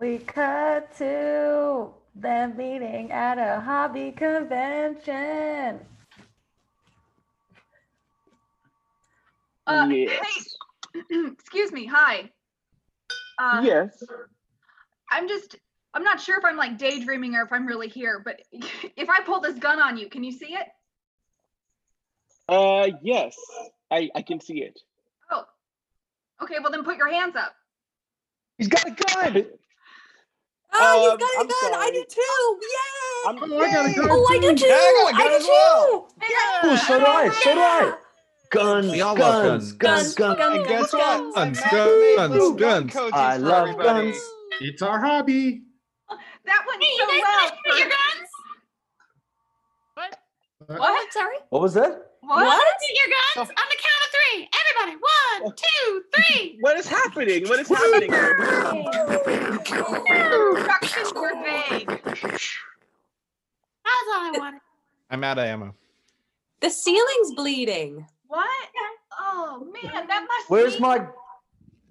We cut to them meeting at a hobby convention. Uh, Yes. Hey, excuse me. Hi. Uh, Yes. I'm just. I'm not sure if I'm like daydreaming or if I'm really here, but if I pull this gun on you, can you see it? Uh, yes, I, I can see it. Oh. Okay. Well, then put your hands up. He's got a gun. Oh, Um, you've got a I'm gun. I do too. Yay! Oh, I do too. Yeah, I got a I gun do as well. too. Oh, so do I. So do I. Guns, we all guns, love guns. guns, guns, guns, guns, guns, guns, Ooh, guns, guns. gun coaches I for love everybody. guns. It's our hobby. That one. Hey, you guys gonna shoot your guns? What? What? Sorry. What was that? What? Your Oh. guns on the count of three. Everybody, one, two, three. What is happening? What is happening? Instructions were vague. That's all I wanted. I'm out of ammo. The ceiling's bleeding. What? Oh man, that must. Where's my?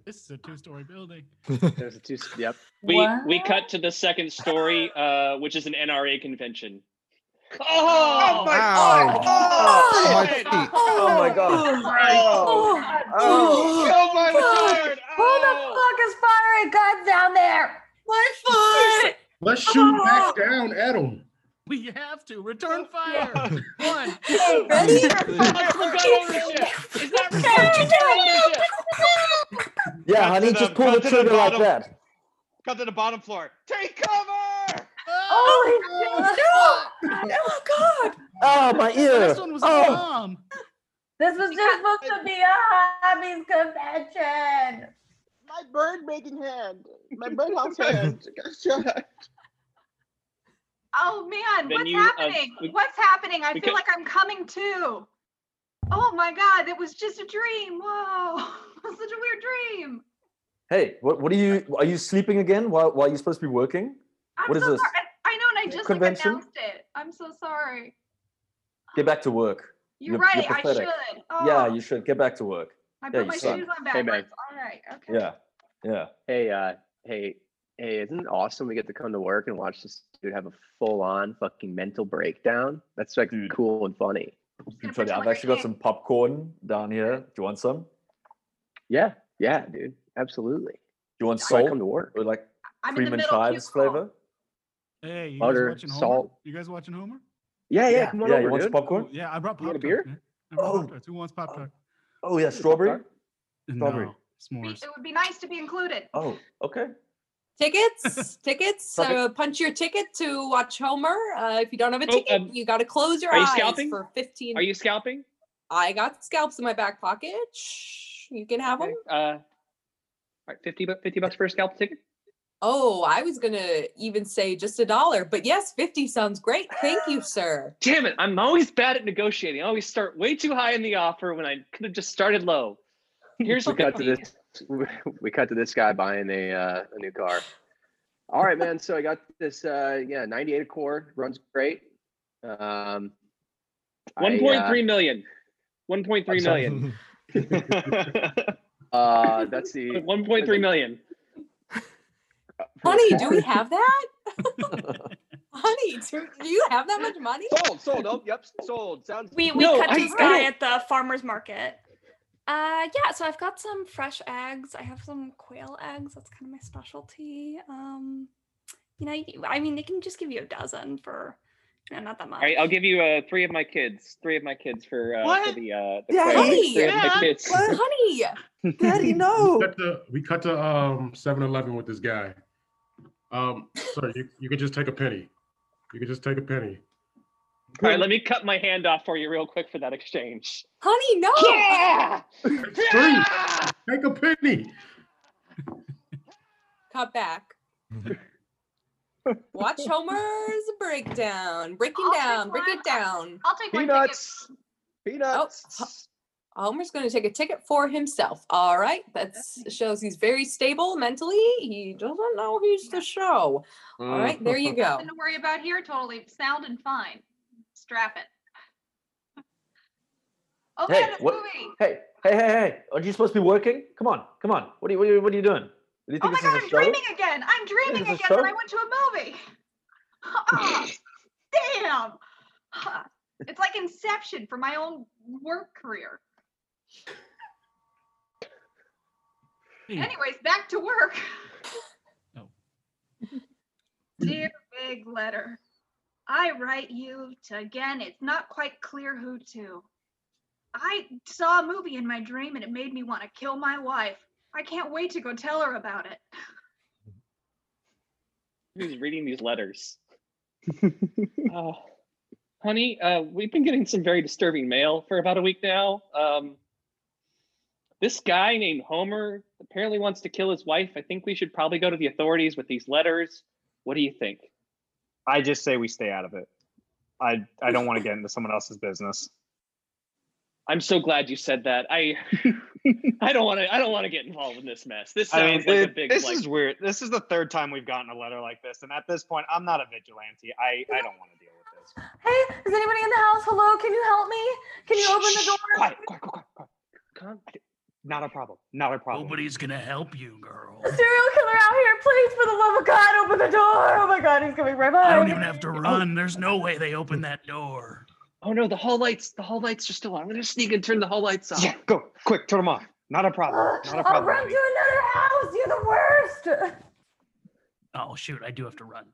This is a two-story building. There's a two. Yep. We we cut to the second story, uh, which is an NRA convention. Oh, my God. Oh, my feet. Oh, my God. Oh, Oh, my God. Who the Oh. fuck is firing guns down there? My foot. Let's shoot back down at him. We have to return fire. One. Ready? Yeah, honey, just pull the trigger like that. Cut to the bottom floor. Take cover! Oh, God. Oh, my ear. Oh, bomb. This was just supposed to be a hobbies convention. My bird making hand. My birdhouse hand. Oh man, Then what's you, uh, happening? we- what's happening? I we feel ca- like I'm coming to. Oh my god, it was just a dream. Whoa, such a weird dream. Hey, what, what are you? Are you sleeping again? While while you're supposed to be working? I'm What is so this? sorry. I, I know, and I just like, Convention? announced it. I'm so sorry. Get back to work. You're right, I pathetic. should. Yeah, Oh. you should get back to work. I yeah, put you my suck. shoes on Hey, backwards. babe. All right, okay. Yeah, yeah. Hey, uh, hey, hey! Isn't it awesome we get to come to work and watch this dude have a full-on fucking mental breakdown? That's like cool and funny. Tony, I've actually got some popcorn down here. Do you want some? Yeah, yeah, dude, absolutely. Do you want That's why I salt? come to work. Or like I'm in the cream and middle of chives flavor? Hey, you Butter, guys watching Homer? salt. You guys watching Homer? Oh, Yeah, yeah, come on yeah, over, you want some dude. popcorn? Yeah, I brought You want a pop beer? tarts. I brought pop tarts. Who wants pop tart? Oh yeah, strawberry. Strawberry. No, s'mores. It would be nice to be included. Oh, okay. Tickets, tickets. So Tickets. punch your ticket to watch Homer. Uh, if you don't have a Oh, ticket, um, you got to close your are you eyes scalping? for fifteen. Are you scalping? I got scalps in my back pocket. Shh, You can have them. Uh, all right, 50, bu- 50 bucks for a scalp ticket. Oh, I was gonna even say just a dollar, but yes, fifty sounds great. Thank you, sir. Damn it! I'm always bad at negotiating. I always start way too high in the offer when I could have just started low. Here's we what cut to this. We cut to this guy buying a uh, a new car. All right, man. So I got this. Uh, yeah, 98 Accord runs great. Um, One point three million. One point three million. Uh, that's the One point three million. Honey, do we have that? Honey, do, do you have that much money? Sold, sold. Oh, yep, sold. Sounds We we cut to this guy at the farmer's market. Uh, yeah, so I've got some fresh eggs. I have some quail eggs. That's kind of my specialty. Um, you know, you- I mean, they can just give you a dozen for, you know, not that much. All right, I'll give you uh, three of my kids. Three of my kids for, uh, for What? the uh, the Yeah, quail. hey, Three of my yeah. kids. Honey, Daddy, no. We cut to, we cut to um 7-Eleven with this guy. Um, sir, you, you could just take a penny. You could just take a penny. All right, let me cut my hand off for you real quick for that exchange. Honey, no. Yeah. Three. Take a penny. Cut back. Mm-hmm. Watch Homer's breakdown. Breaking I'll take down. Break one. it down. I'll take one Peanuts. Peanuts. Homer's going to take a ticket for himself. All right. That shows he's very stable mentally. He doesn't know he's the show. Mm. All right. There you go. Nothing to worry about here. Totally sound and fine. Strap it. Open Hey, this what- Oh, movie. Hey, hey, hey, hey! Aren't you supposed to be working? Come on, come on! What are you, what are you, what are you doing? Do you think Oh my this god, is a I'm show? dreaming again. I'm dreaming This is a again that I show? went to a movie. Ah, damn. Huh. It's like Inception for my own work career. Anyways, back to work. Dear big letter, I write you to again, it's not quite clear who to. I saw a movie in my dream and it made me want to kill my wife. I can't wait to go tell her about it. Who's reading these letters? uh, honey, uh, we've been getting some very disturbing mail for about a week now. Um, this guy named Homer apparently wants to kill his wife. I think we should probably go to the authorities with these letters. What do you think? I just say we stay out of it. I I don't want to get into someone else's business. I'm so glad you said that. I I don't want to I don't want to get involved in this mess. This I sounds mean, like it- a big this like, is weird. This is the third time we've gotten a letter like this, and at this point, I'm not a vigilante. I I don't want to deal with this. Hey, is anybody in the house? Hello, can you help me? Can you open the door? Quiet, quiet, quiet, quiet. quiet. Not a problem. Not a problem. Nobody's gonna help you, girl. A serial killer out here, please, for the love of God, open the door. Oh my God, he's coming right by. I don't even have to run. There's no way they open that door. oh no, the hall lights the hall lights are still on. I'm gonna sneak and turn the hall lights off. Yeah, go quick. Turn them off. Not a problem. Not a I'll problem. run to another house. You're the worst. Oh shoot, I do have to run.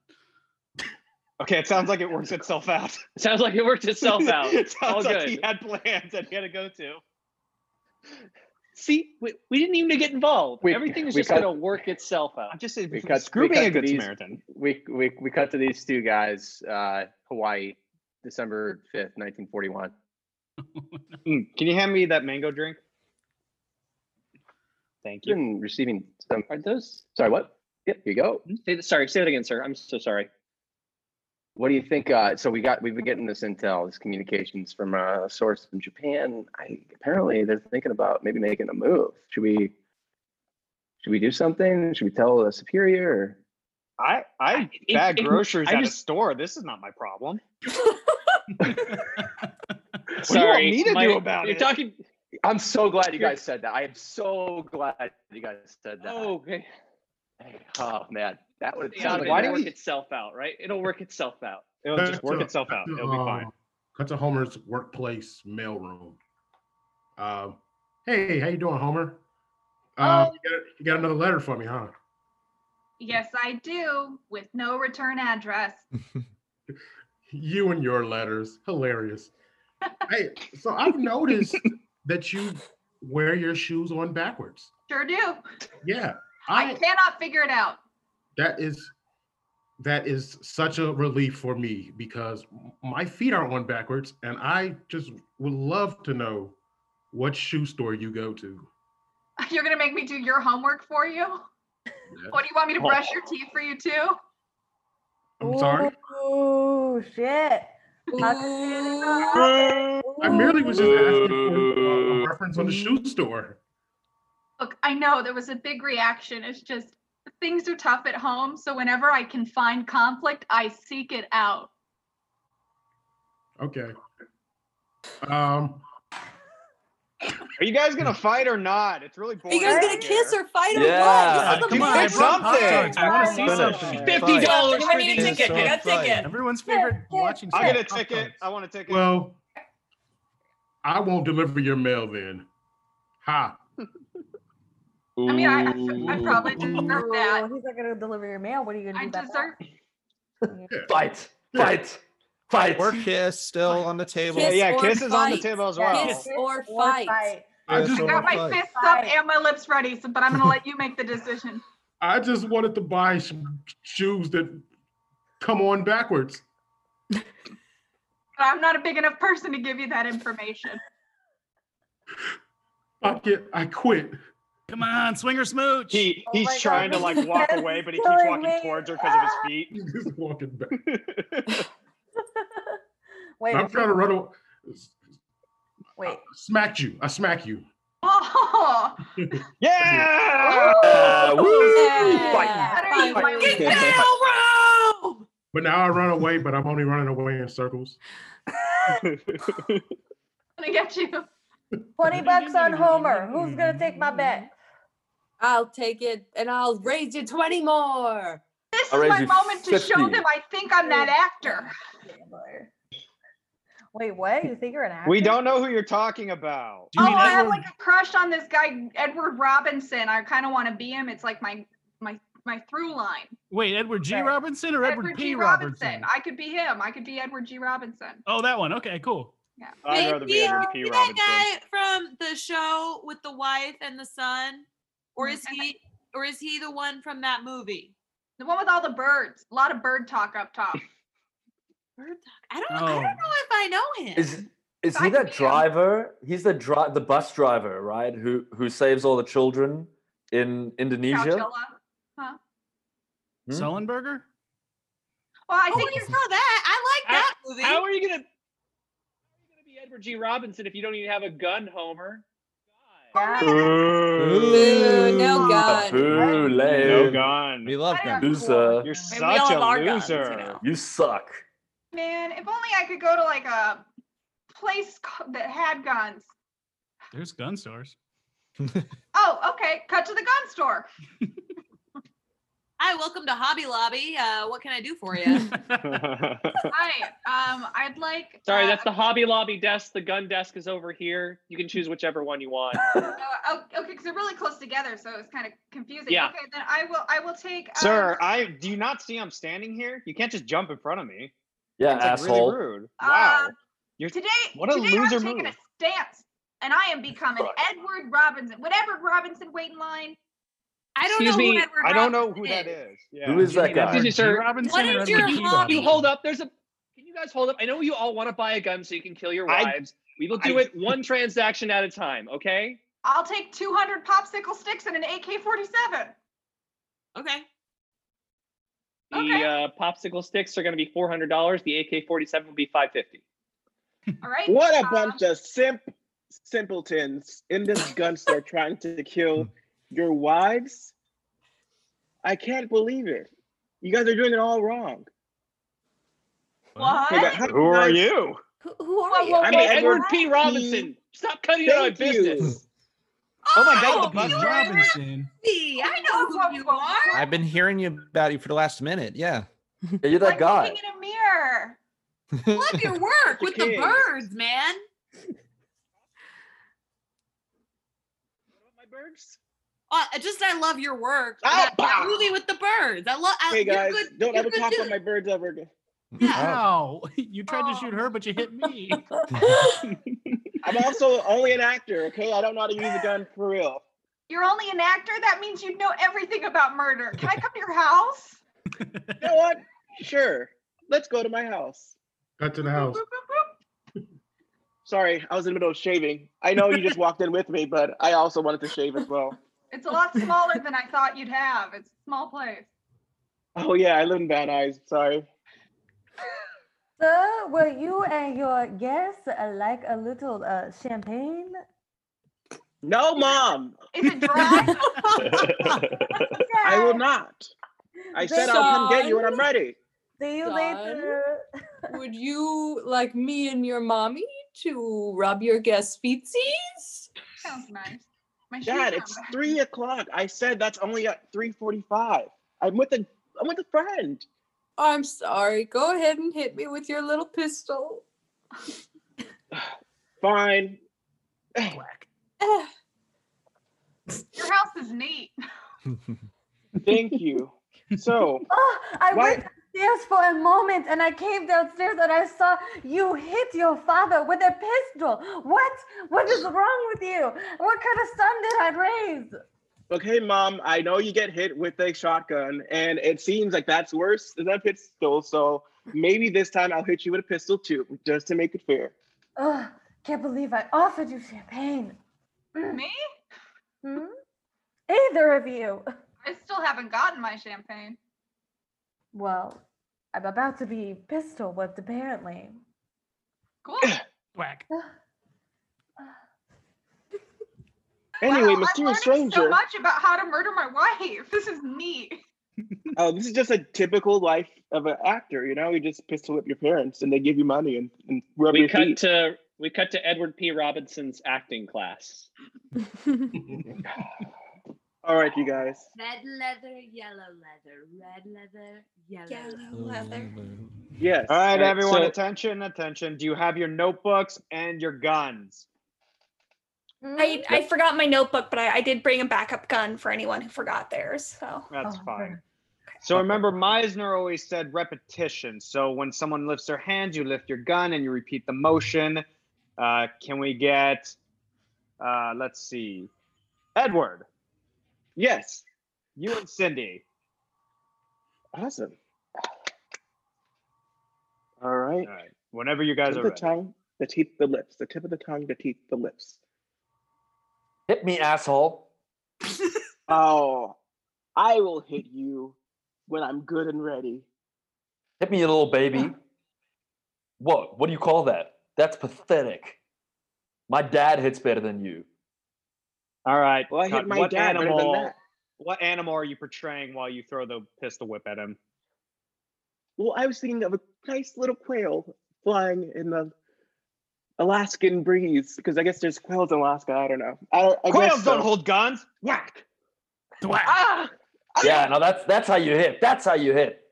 Okay, it sounds like it works itself out. Sounds like it worked itself out. it sounds All like good. he had plans that he had to go to. See, we, we didn't even get involved. We- Everything is we just cut- gonna work itself out. I'm just saying, we Screw being a good these, Samaritan. We, we we cut to these two guys, uh, Hawaii, December fifth, nineteen Hmm, forty one. Mm, Can you hand me that mango drink? Thank you. Been receiving some. Are those? Sorry, what? Yep, here you go. Mm-hmm. Say that- sorry, say that again, sir. I'm so sorry. What do you think? Uh, so we got we've been getting this intel, this communications from a source in Japan. I apparently they're thinking about maybe making a move. Should we? Should we do something? Should we tell a superior? Or? I I it- bag it- groceries I at just- a store. This is not my problem. What do you want me to my- do about you're it? Talking. I'm so glad you guys said that. I am so glad you guys said that. Oh, okay. Oh man, that would Yeah, sound like why that do would- work itself out, right? It'll work itself out. It'll just work Cut to- itself cut out. to, It'll be fine. um, Cut to Homer's workplace mailroom. Um, hey, how you doing, Homer? Uh, you, got, you got another letter for me, huh? Yes, I do, with no return address. You and your letters, hilarious. hey, so I've noticed that you wear your shoes on backwards. Sure do. Yeah, I, I cannot figure it out. that is that is such a relief for me because my feet aren't on backwards, and I just would love to know what shoe store you go to. You're gonna make me do your homework for you. What do you want me to Oh. brush your teeth for you too? I'm sorry. Ooh, Oh, shit. Uh, I merely was just asking for a reference on the shoe store. Look, I know there was a big reaction. It's just things are tough at home, so whenever I can find conflict, I seek it out. Okay. Um, Are you guys gonna fight or not? It's really Are boring. you guys out gonna here. kiss or fight or Yeah, what? This is the come on, most- it's something. I wanna see Finish. something. $50 Fight. for these Fight. Everyone's favorite watching. I'll show. get a ticket. I want a ticket. Well, I won't deliver your mail then. Ha. I mean, I, I, I probably deserve that. He's not gonna deliver your mail. What are you gonna I do? about that? deserve. Fight, fight, fight. Or kiss still on the table. Yeah, yeah, kiss is on the table as well. Kiss or fight. I I just- got my fists up and my lips ready, so, but I'm gonna let you make the decision. I just wanted to buy sh- shoes that come on backwards. But I'm not a big enough person to give you that information. Fuck it, I quit. Come on, swinger smooch. He he's Oh my God, trying to, this like, is walk just away, but he keeps killing walking me. towards her 'cause of his feet. He's walking back. Wait, I'm trying to run away. wait. Smacked you. I smack you. Oh, Yeah! Better you, Get my- But now I run away, but I'm only running away in circles. I'm gonna get you. Twenty bucks on Homer. Who's gonna take my bet? I'll take it and I'll raise you 20 more. This I'll is raise my you moment to show 50. them I think I'm that actor. Wait, what? You think you're an actor? We don't know who you're talking about. oh, I have like a crush on this guy Edward Robinson. I kind of want to be him. It's like my my my through line. Wait, Edward G. Robinson or Edward, Edward P. G. Robinson? Robinson. I could be him. I could be Edward G. Robinson. Oh, that one. Okay, cool. Yeah. I'd rather be Edward P. Robinson. That guy from the show with the wife and the son, or Mm-hmm. is he, or is he the one from that movie? The one with all the birds. A lot of bird talk up top. Bird I don't. I don't know Oh. if I know him. Is is he that driver? He's the dri- the bus driver, right? Who who saves all the children in Indonesia? Coachella. Huh? Hmm? Sullenberger? Well, I think you saw that. Oh, I like that movie. How are you gonna? How are you gonna be Edward G. Robinson if you don't even have a gun, Homer? Boo, no gun. Boo, lame. No gun. We love guns. You're Loser. I mean, we all such have our a guns, you loser. know. You suck. Man, if only I could go to like a place co- that had guns. There's gun stores. Oh, okay. Cut to the gun store. Hi, welcome to Hobby Lobby. Uh, what can I do for you? Hi. Um, I'd like. Sorry, that's the Hobby Lobby desk. The gun desk is over here. You can choose whichever one you want. Uh, oh, okay, because they're really close together, so it's kind of confusing. Yeah. Okay, then I will. I will take. Um, Sir, I do you not see I'm standing here? You can't just jump in front of me. Yeah, It's, like, really asshole. rude. Wow. Uh, You're today, what a today loser I'm taking move. a stance, and I am becoming Edward Robinson. Would Edward Robinson wait in line? I don't Excuse know who me. Edward I don't know Robinson who that is. Yeah. Who is that guy? Excuse me, sir. What is Can you- You hold up. There's a. Can you guys hold up? I know you all want to buy a gun so you can kill your I- wives. we will do I- it one transaction at a time. Okay. I'll take 200 popsicle sticks and an AK-47. Okay. The uh, popsicle sticks are going to be four hundred dollars. The AK forty seven will be five fifty. All right. Um, What a bunch of simp simpletons in this gun store trying to kill your wives. I can't believe it. You guys are doing it all wrong. What? Hey, guys, how Who are nice- you? Who, who are Well, you? well, I'm Hey, Edward Edward P. Robinson, stop cutting out my Thank you. business. Oh my God, the bus driver. Robinson. See, I know who you are. I've been hearing you about you for the last minute. Yeah. you're that Like guy. looking in a mirror. Love your work with the kid. birds, man. My birds? Oh, Uh, just I love your work. Ah, that, that bah. movie with the birds. I Uh, love. Hey guys, don't ever talk dude. about my birds ever again. Ow. You tried to shoot her, but you hit me. I'm also only an actor, okay? I don't know how to use a gun for real. You're only an actor? That means you know everything about murder. Can I come to your house? You know what? Sure. Let's go to my house. Cut to the house. Sorry, I was in the middle of shaving. I know you just walked in with me, but I also wanted to shave as well. It's a lot smaller than I thought you'd have. It's a small place. Oh yeah, I live in Van Nuys. Sorry. Sir, will you and your guests uh, like a little uh, champagne? No, mom. Is it dry? I will not. I said I'll come get you when I'm ready. See you Son, later. Would you like me and your mommy to rub your guest feetsies? Sounds nice. My shoes Dad, are it's back. three o'clock. I said that's only at three forty-five. I'm with a I'm with a friend. I'm sorry. Go ahead and hit me with your little pistol. Fine. Your house is neat. Thank you. So, Oh, I Why- went upstairs for a moment and I came downstairs and I saw you hit your father with a pistol. What? What is wrong with you? What kind of son did I raise? okay, mom, I know you get hit with a shotgun, and it seems like that's worse than a pistol. So maybe this time I'll hit you with a pistol too, just to make it fair. Ugh, can't believe I offered you champagne. Mm. Me? Hmm? Either of you. I still haven't gotten my champagne. Well, I'm about to be pistol whipped apparently. Cool. Whack. Anyway, Wow, mysterious I'm learning stranger. so much about how to murder my wife. This is neat. Oh, this is just a typical life of an actor. You know, you just pistol whip your parents, and they give you money and, and rub We your cut feet. to we cut to Edward P. Robinson's acting class. All right, you guys. Red leather, yellow leather, red leather, yellow, leather. Yes. All right, All right, everyone, so- attention, attention. Do you have your notebooks and your guns? I, I forgot my notebook, but I, I did bring a backup gun for anyone who forgot theirs. So That's Oh, fine. So remember, Meisner always said repetition. So when someone lifts their hand, you lift your gun and you repeat the motion. Uh, can we get, uh, let's see, Edward? Yes. You and Cindy. Awesome. All right. All right. Whenever you guys Tip are of the ready. tongue, the teeth, the lips. The tip of the tongue, the teeth, the lips. Hit me, asshole. Oh, I will hit you when I'm good and ready. Hit me, you little baby. What? What do you call that? That's pathetic. My dad hits better than you. All right. Well, I hit Todd, my what dad better than animal? that. What animal are you portraying while you throw the pistol whip at him? Well, I was thinking of a nice little quail flying in the Alaskan breeze because I guess there's quails in Alaska. I don't know. I, don't- I Quails guess don't so. hold guns. Whack. Ah! Yeah, no, that's that's how you hit. That's how you hit.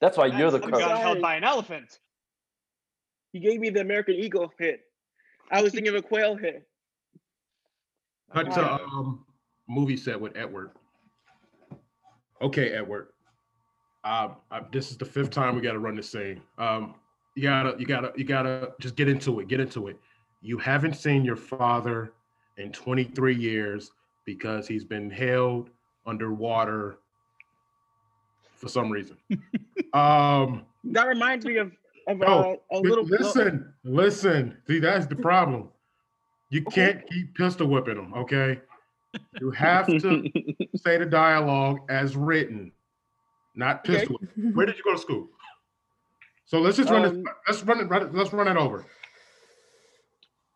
That's why you're the I'm coach. Gun held sorry. by an elephant. You gave me the American Eagle hit. I was thinking of a quail hit. Cut to Wow. um, movie set with Edward. Okay, Edward. Um, I- this is the fifth time we got to run this scene. Um, you gotta, you gotta, you gotta just get into it. Get into it. You haven't seen your father in 23 years because he's been held underwater for some reason. um, That reminds me of, of uh, no, a li- little. listen, listen. See, that's the problem. You can't keep pistol whipping them, okay? You have to say the dialogue as written, not Okay. pistol. whip. Where did you go to school? So let's just run Um, this. Let's run it. Run it let's run it over.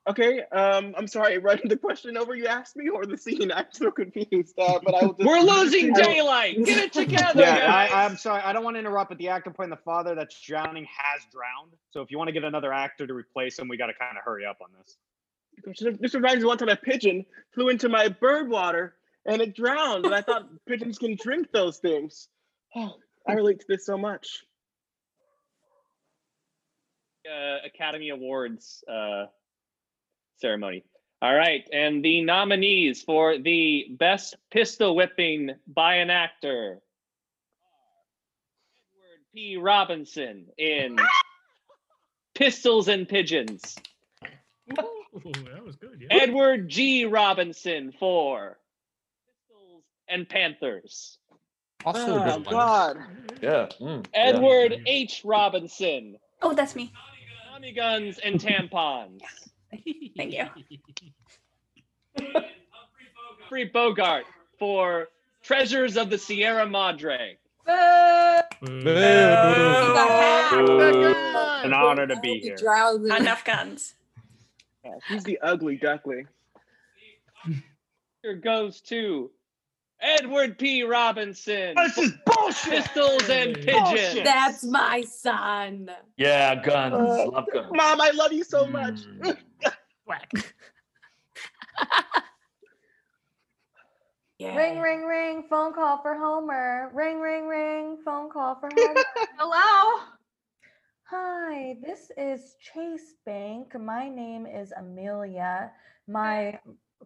Okay. Um, I'm sorry. Run the question over you asked me or the scene. I'm so confused. Uh, but I will just. We're losing I will- daylight. Get it together, Yeah, guys. I, I'm sorry. I don't want to interrupt, but the actor playing the father that's drowning has drowned. So if you want to get another actor to replace him, we got to kind of hurry up on this. This reminds me one time a pigeon flew into my bird water and it drowned. And I thought pigeons can drink those things. Oh, I relate to this so much. uh, Academy Awards uh, ceremony. All right, and the nominees for the best pistol whipping by an actor are Edward P. Robinson in Pistols and Pigeons, that was good. Yeah. Edward G. Robinson for Pistols and Panthers, Also a oh, good one. God. Yeah. mm, yeah. Edward H. Robinson, oh, that's me. Tommy Guns and Tampons, Thank you. Humphrey Bogart for Treasures of the Sierra Madre. An honor to be here. Enough guns. Yeah, he's the ugly duckling. Here goes to Edward P. Robinson. This is bullshit. Pistols and Oh, pigeons. That's my son. Yeah, guns. Uh, Love guns. Mom, I love you Hmm. so much. Ring, ring, ring, phone call for Homer. Ring, ring, ring, phone call for Homer. Hello? Hi, this is Chase Bank. My name is Amelia. My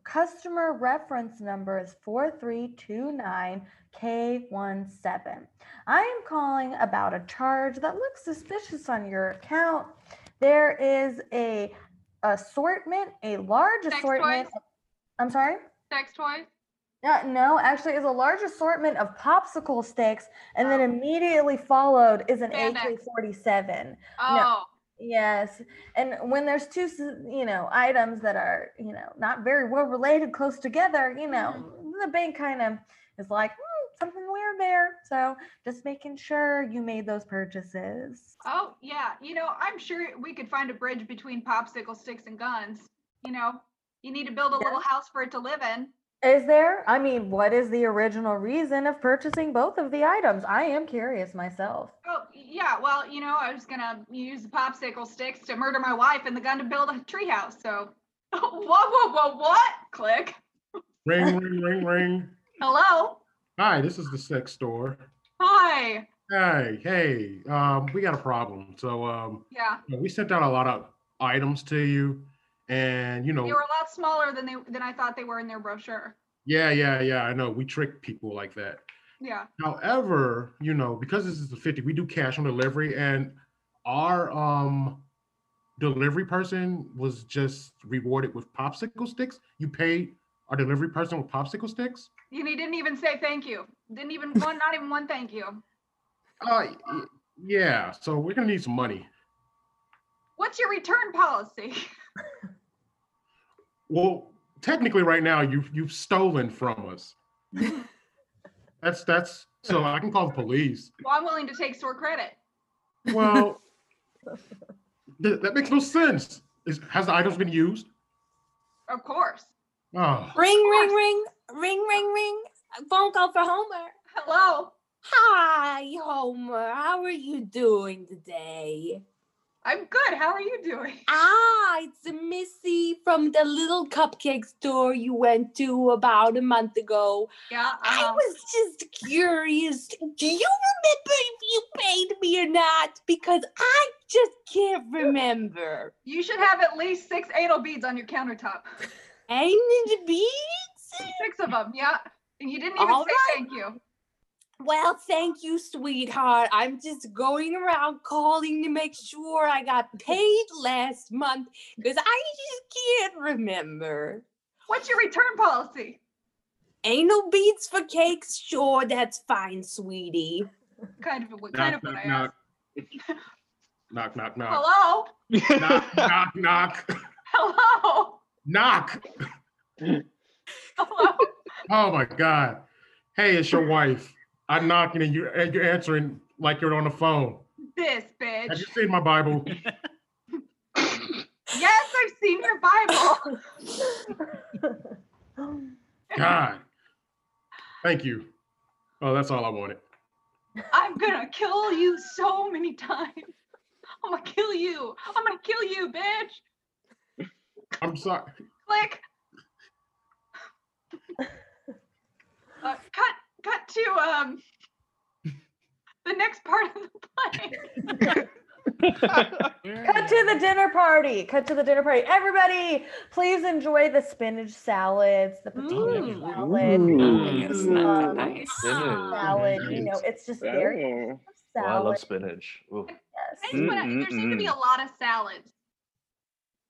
Customer reference number is 4329K17. I am calling about a charge that looks suspicious on your account. There is a assortment, a large Sex assortment. toys? I'm sorry? Sex toys? Uh, no, actually, it's a large assortment of popsicle sticks, and then immediately followed is an AK Oh. Spandex. forty-seven. Oh. Yes, and when there's two, s- you know, items that are, you know, not very well related, close together, you know, Mm-hmm. the bank kind of is like "Hmm, something weird there. So just making sure you made those purchases. Oh, yeah. You know, I'm sure we could find a bridge between popsicle sticks and guns. You know, you need to build a little house for it to live in. Is there? I mean, what is the original reason of purchasing both of the items? I am curious myself. Oh, yeah. Well, you know, I was going to use the popsicle sticks to murder my wife and the gun to build a treehouse. So, whoa, whoa, whoa, what? Click. Ring, ring, ring, ring. Hello. Hi, this is the sex store. Hi. Hey, hey, um, we got a problem. So, um, Yeah. you know, we sent out a lot of items to you, and you know, They were a lot smaller than they than I thought they were in their brochure. yeah, yeah, yeah. I know we trick people like that. Yeah. However, you know, because this is the 50, we do cash on delivery, and our um delivery person was just rewarded with popsicle sticks. You paid our delivery person with popsicle sticks. And he didn't even say thank you. Didn't even one, not even one thank you. Oh, Uh, y- yeah, so we're gonna need some money. What's your return policy? Well, technically, right now you've you've stolen from us. that's that's so I can call the police. Well, I'm willing to take store credit. Well, th- that makes no sense. Is, has the items been used? Of course. Oh, Ring, ring, ring, ring, ring, ring. Phone call for Homer. Hello. Hi, Homer. How are you doing today? I'm good. How are you doing? Ah, it's Missy from the little cupcake store you went to about a month ago. Yeah. uh-huh. I was just curious. Do you remember if you paid me or not? Because I just can't remember. You should have at least six anal beads on your countertop. Anal beads? Six of them, yeah. And you didn't even All say right. thank you. Well, thank you, sweetheart. I'm just going around calling to make sure I got paid last month because I just can't remember. What's your return policy? Anal beads for cakes? Sure, that's fine, sweetie. Kind of what knock, knock, knock. knock, knock, knock. Hello? knock, knock, knock, Hello? knock. Oh my God. Hey, it's your wife. I'm knocking and you're, and you're answering like you're on the phone. This Have bitch. you seen my Bible? Yes, I've seen your Bible. God. Thank you. Oh, that's all I wanted. I'm gonna kill you so many times. I'm gonna kill you. I'm gonna kill you, bitch. I'm sorry. Click. Uh, cut, cut to um the next part of the play. Cut to the dinner party. Cut to the dinner party. Everybody, please enjoy the spinach salads, the potato salad. um, Salad, you know, it's just very Oh, I salad. love spinach. Ooh. That's what I- Mm-hmm, there seem to be a lot of salads.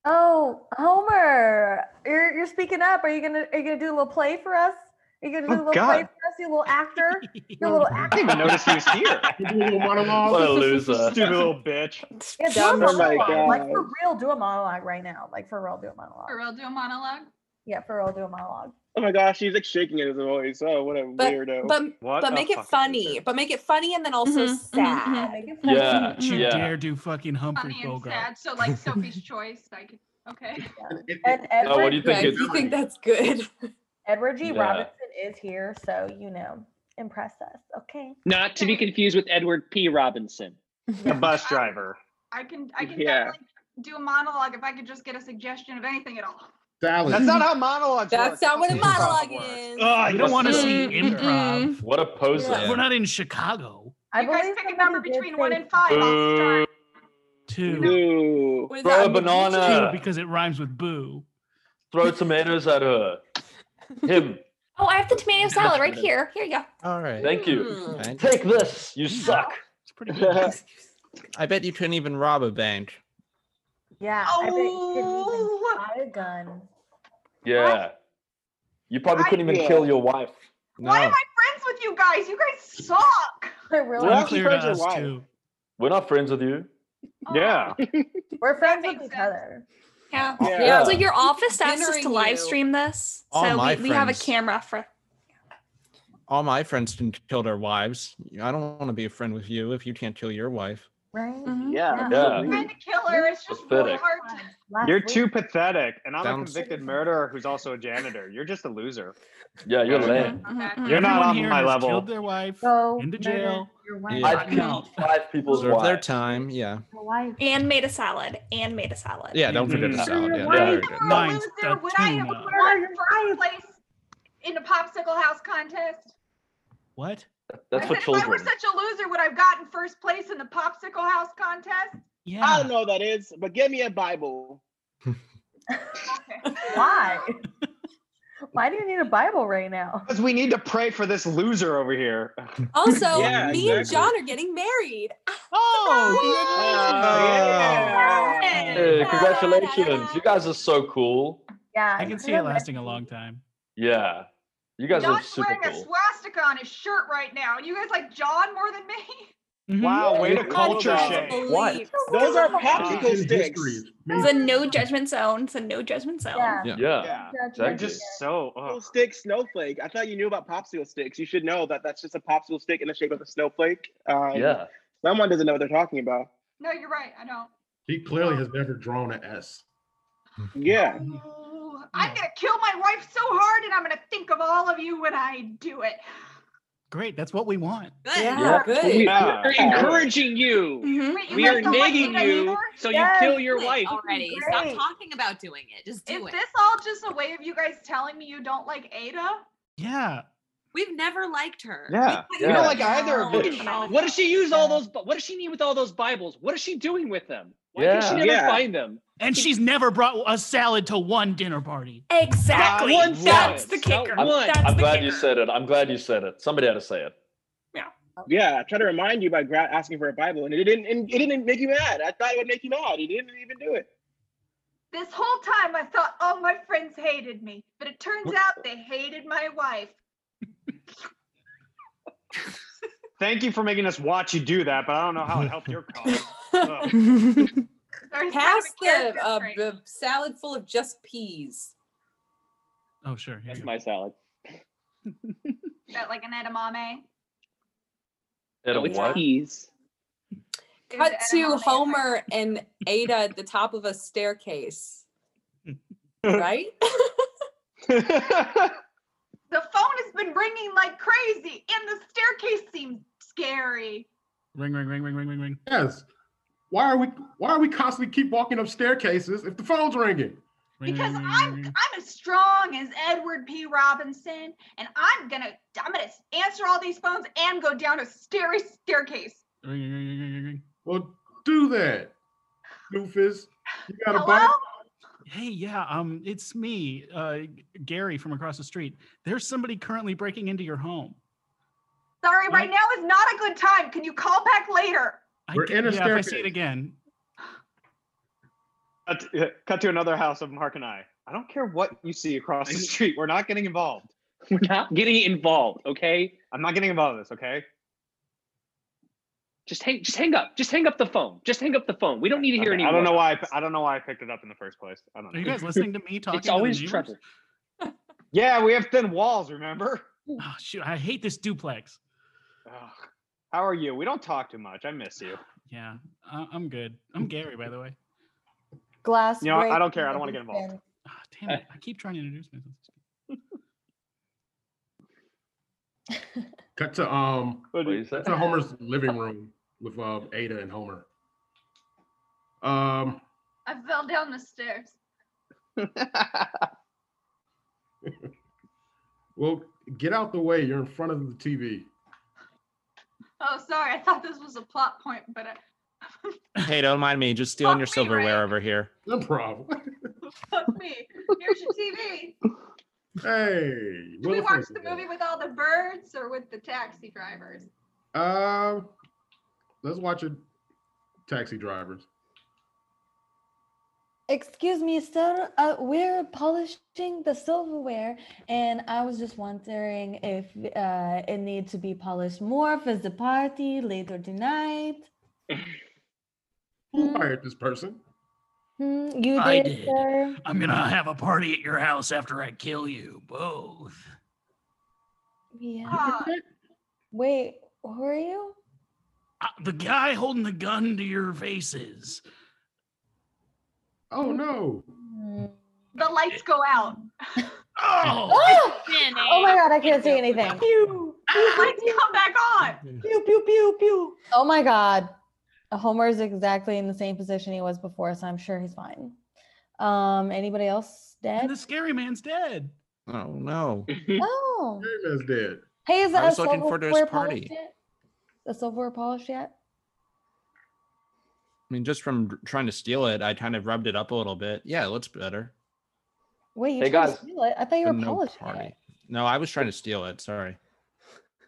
Oh, Homer, you're you're speaking up. Are you gonna are you gonna do a little play for us? Are you gonna do a Oh, little play God. for us, you little actor? You little I actor. didn't even notice he was here. what a loser. Stupid little bitch. Yeah, do a Oh my monologue. Like for God. real, do a monologue right now. Like for real, do a monologue. For real, do a monologue. Yeah, for real, do a monologue. Oh my gosh, he's like shaking in his voice. Oh, what a But weirdo. but but make it funny. But make it funny and then also sad. Yeah, Don't you yeah. dare do fucking Humphrey Funny and Bogart. sad. So like Sophie's choice. I could okay. And Oh, what Edward do you think G. it's- You think that's good? Edward G. Yeah. Robinson is here, so you know, impress us, okay? Not to be confused with Edward P. Robinson, the bus driver. I can I can Yeah. definitely do a monologue if I could just get a suggestion of anything at all. That's not how monologues That's not what a monologue Mm-hmm. is. Ugh, we Oh, don't want to see Mm, improv. What a poser. We're not in Chicago. I you guys pick a number between one and five. I'll start. Two. Boo. Bro, What is Throw that, a because it rhymes with boo. Throw tomatoes at her. Him. Oh, I have the tomato salad right here. Here you go. All right. Thank Hmm. you. Take this. You suck. It's pretty good. I bet you couldn't even rob a bank. Yeah. I bet you Oh, couldn't even buy a gun. Yeah. You probably I- couldn't even kill your wife. Why am I friends with you guys? You guys suck. I We're not clear to us too. We're not friends with you. Oh. Yeah. We're friends with each other. Yeah. Yeah. Yeah. So your office staff's just to Considering live you. stream this. All so my we, we have a friends. camera for All my friends can kill their wives. I don't want to be a friend with you if you can't kill your wife. Right? Uh-huh. Yeah. Trying to kill Mm-hmm. her. It's just really Pathetic. hard. To... You're too pathetic, and I'm Sounds- a convicted murderer who's also a janitor. You're just a loser. Yeah, you're lame. You're not Everyone on here my has level. killed their wife. Go into murder jail. Your wife. I killed five people's Serve their wives. time. Yeah. and made a salad. And made a salad. Yeah, don't forget the Mhm. salad. Yeah, Why very is good. there a loser when I am first place in the popsicle house contest? What? That's I for said, if I were children. such a loser, would I have gotten first place in the popsicle house contest? Yeah. I don't know what that is, but give me a Bible. Why? Why do you need a Bible right now? Because we need to pray for this loser over here. Also, me and John are getting married. Oh, Hey, congratulations. You guys are so cool. Yeah. I can see it lasting a long time. Yeah. You guys are John's super wearing a cool. swastika on his shirt right now, and you guys like John more than me. Wow, way Yeah. to culture shame. What? Those are popsicle popsicle sticks. It's a no judgment zone. It's a no judgment zone. They're just so popsicle stick snowflake. I thought you knew about popsicle sticks. You should know that that's just a popsicle stick in the shape of a snowflake. Um, Yeah. Someone doesn't know what they're talking about. No, you're right. I don't. He clearly has never drawn an S. Yeah. Ooh, Mm. I'm gonna kill my wife so hard, and I'm gonna think of all of you when I do it. Great. That's what we want. Yeah, Yeah. good. We, Yeah. are encouraging you. Mm-hmm. Wait, you we guys are don't like nagging me you anymore? so Yes. you kill your Wait, wife. already. Stop Great. talking about doing it. Just do Is it. this all just a way of you guys telling me you don't like Ada? Yeah. We've never liked her. Yeah. We Yeah. don't like either of you. No. What does she use all those? What does she need with all those Bibles? What is she doing with them? Why can Yeah. she never Yeah. find them? And she's never brought a salad to one dinner party. Exactly. Not one That's salad. the kicker. I'm, That's I'm the glad kicker. you said it. I'm glad you said it. Somebody had to say it. Yeah, I tried to remind you by gra- asking for a Bible, and it didn't. And it didn't make you mad. I thought it would make you mad. It didn't even do it. This whole time I thought all my friends hated me, but it turns out they hated my wife. Thank you for making us watch you do that, but I don't know how it helped your cause. Pass the uh, b- salad full of just peas. Oh, sure. That's my salad. Is that like an edamame? Oh, it's what? peas. Cut to Homer and Ada at the top of a staircase. Right? The phone has been ringing like crazy, and the staircase seems scary. Ring, ring, ring, ring, ring, ring, ring. Yes. Why are we why are we constantly keep walking up staircases if the phone's ringing? Because I'm I'm as strong as Edward P. Robinson, and I'm gonna I'm gonna answer all these phones and go down a scary staircase. Ring, ring, ring, ring, ring, ring. Well, do that, doofus. You got a Hello? bite? Hey, yeah, um, it's me, uh, Gary from across the street. There's somebody currently breaking into your home. Sorry, right now is not a good time. Can you call back later? I We're ca- in a yeah, if I see staircase. it again. cut, to, cut to another house of Mark and I. I don't care what you see across the street. We're not getting involved. We're not getting involved, okay? I'm not getting involved in this, okay? Just hang. Just hang up. Just hang up the phone. Just hang up the phone. We don't need to hear Okay, anymore. I don't know why. I, p- I don't know why I picked it up in the first place. I don't know. Are you guys listening to me talking? to the always neighbors? Trevor. yeah, we have thin walls. Remember? Oh, shoot, I hate this duplex. Ugh. How are you? We don't talk too much. I miss you. Yeah, I- I'm good. I'm Gary, by the way. Glass. You know, I break don't care. I don't wanna get and then involved. Ah, Damn it, I keep trying to introduce myself. Cut to um what you say? to Homer's living room with um Ada and Homer. Um I fell down the stairs. well get out the way. You're in front of the TV. Oh, sorry. I thought this was a plot point, but I, Hey, don't mind me. Just stealing your silverware over here. No problem. fuck me. Here's your TV. Hey, Do we Willa watch Frisbee. the movie with all the birds or with the taxi drivers? Um, let's watch it. Taxi drivers. Excuse me, sir. Uh, we're polishing the silverware, and I was just wondering if uh, it needs to be polished more for the party later tonight. Who hired this person? Hmm, you I did, did. sir. I'm gonna have a party at your house after I kill you both. Yeah. Wait, who are you? Uh, The guy holding the gun to your faces. Oh no! Mm. The lights go out. Oh! Oh my god, I can't see anything. lights come back on. Pew pew pew pew. Oh my god. Homer is exactly in the same position he was before, so I'm sure he's fine. Um, anybody else dead? The scary man's dead. Oh no. Oh. That's dead. Hey, is I a was looking forward to his silverware party. polished yet? The silverware polished yet? I mean, just from dr- trying to steal it, I kind of rubbed it up a little bit. Yeah, it looks better. Wait, you Hey, tried guys. to steal it? I thought you were But no polishing it. No, I was trying to steal it. Sorry.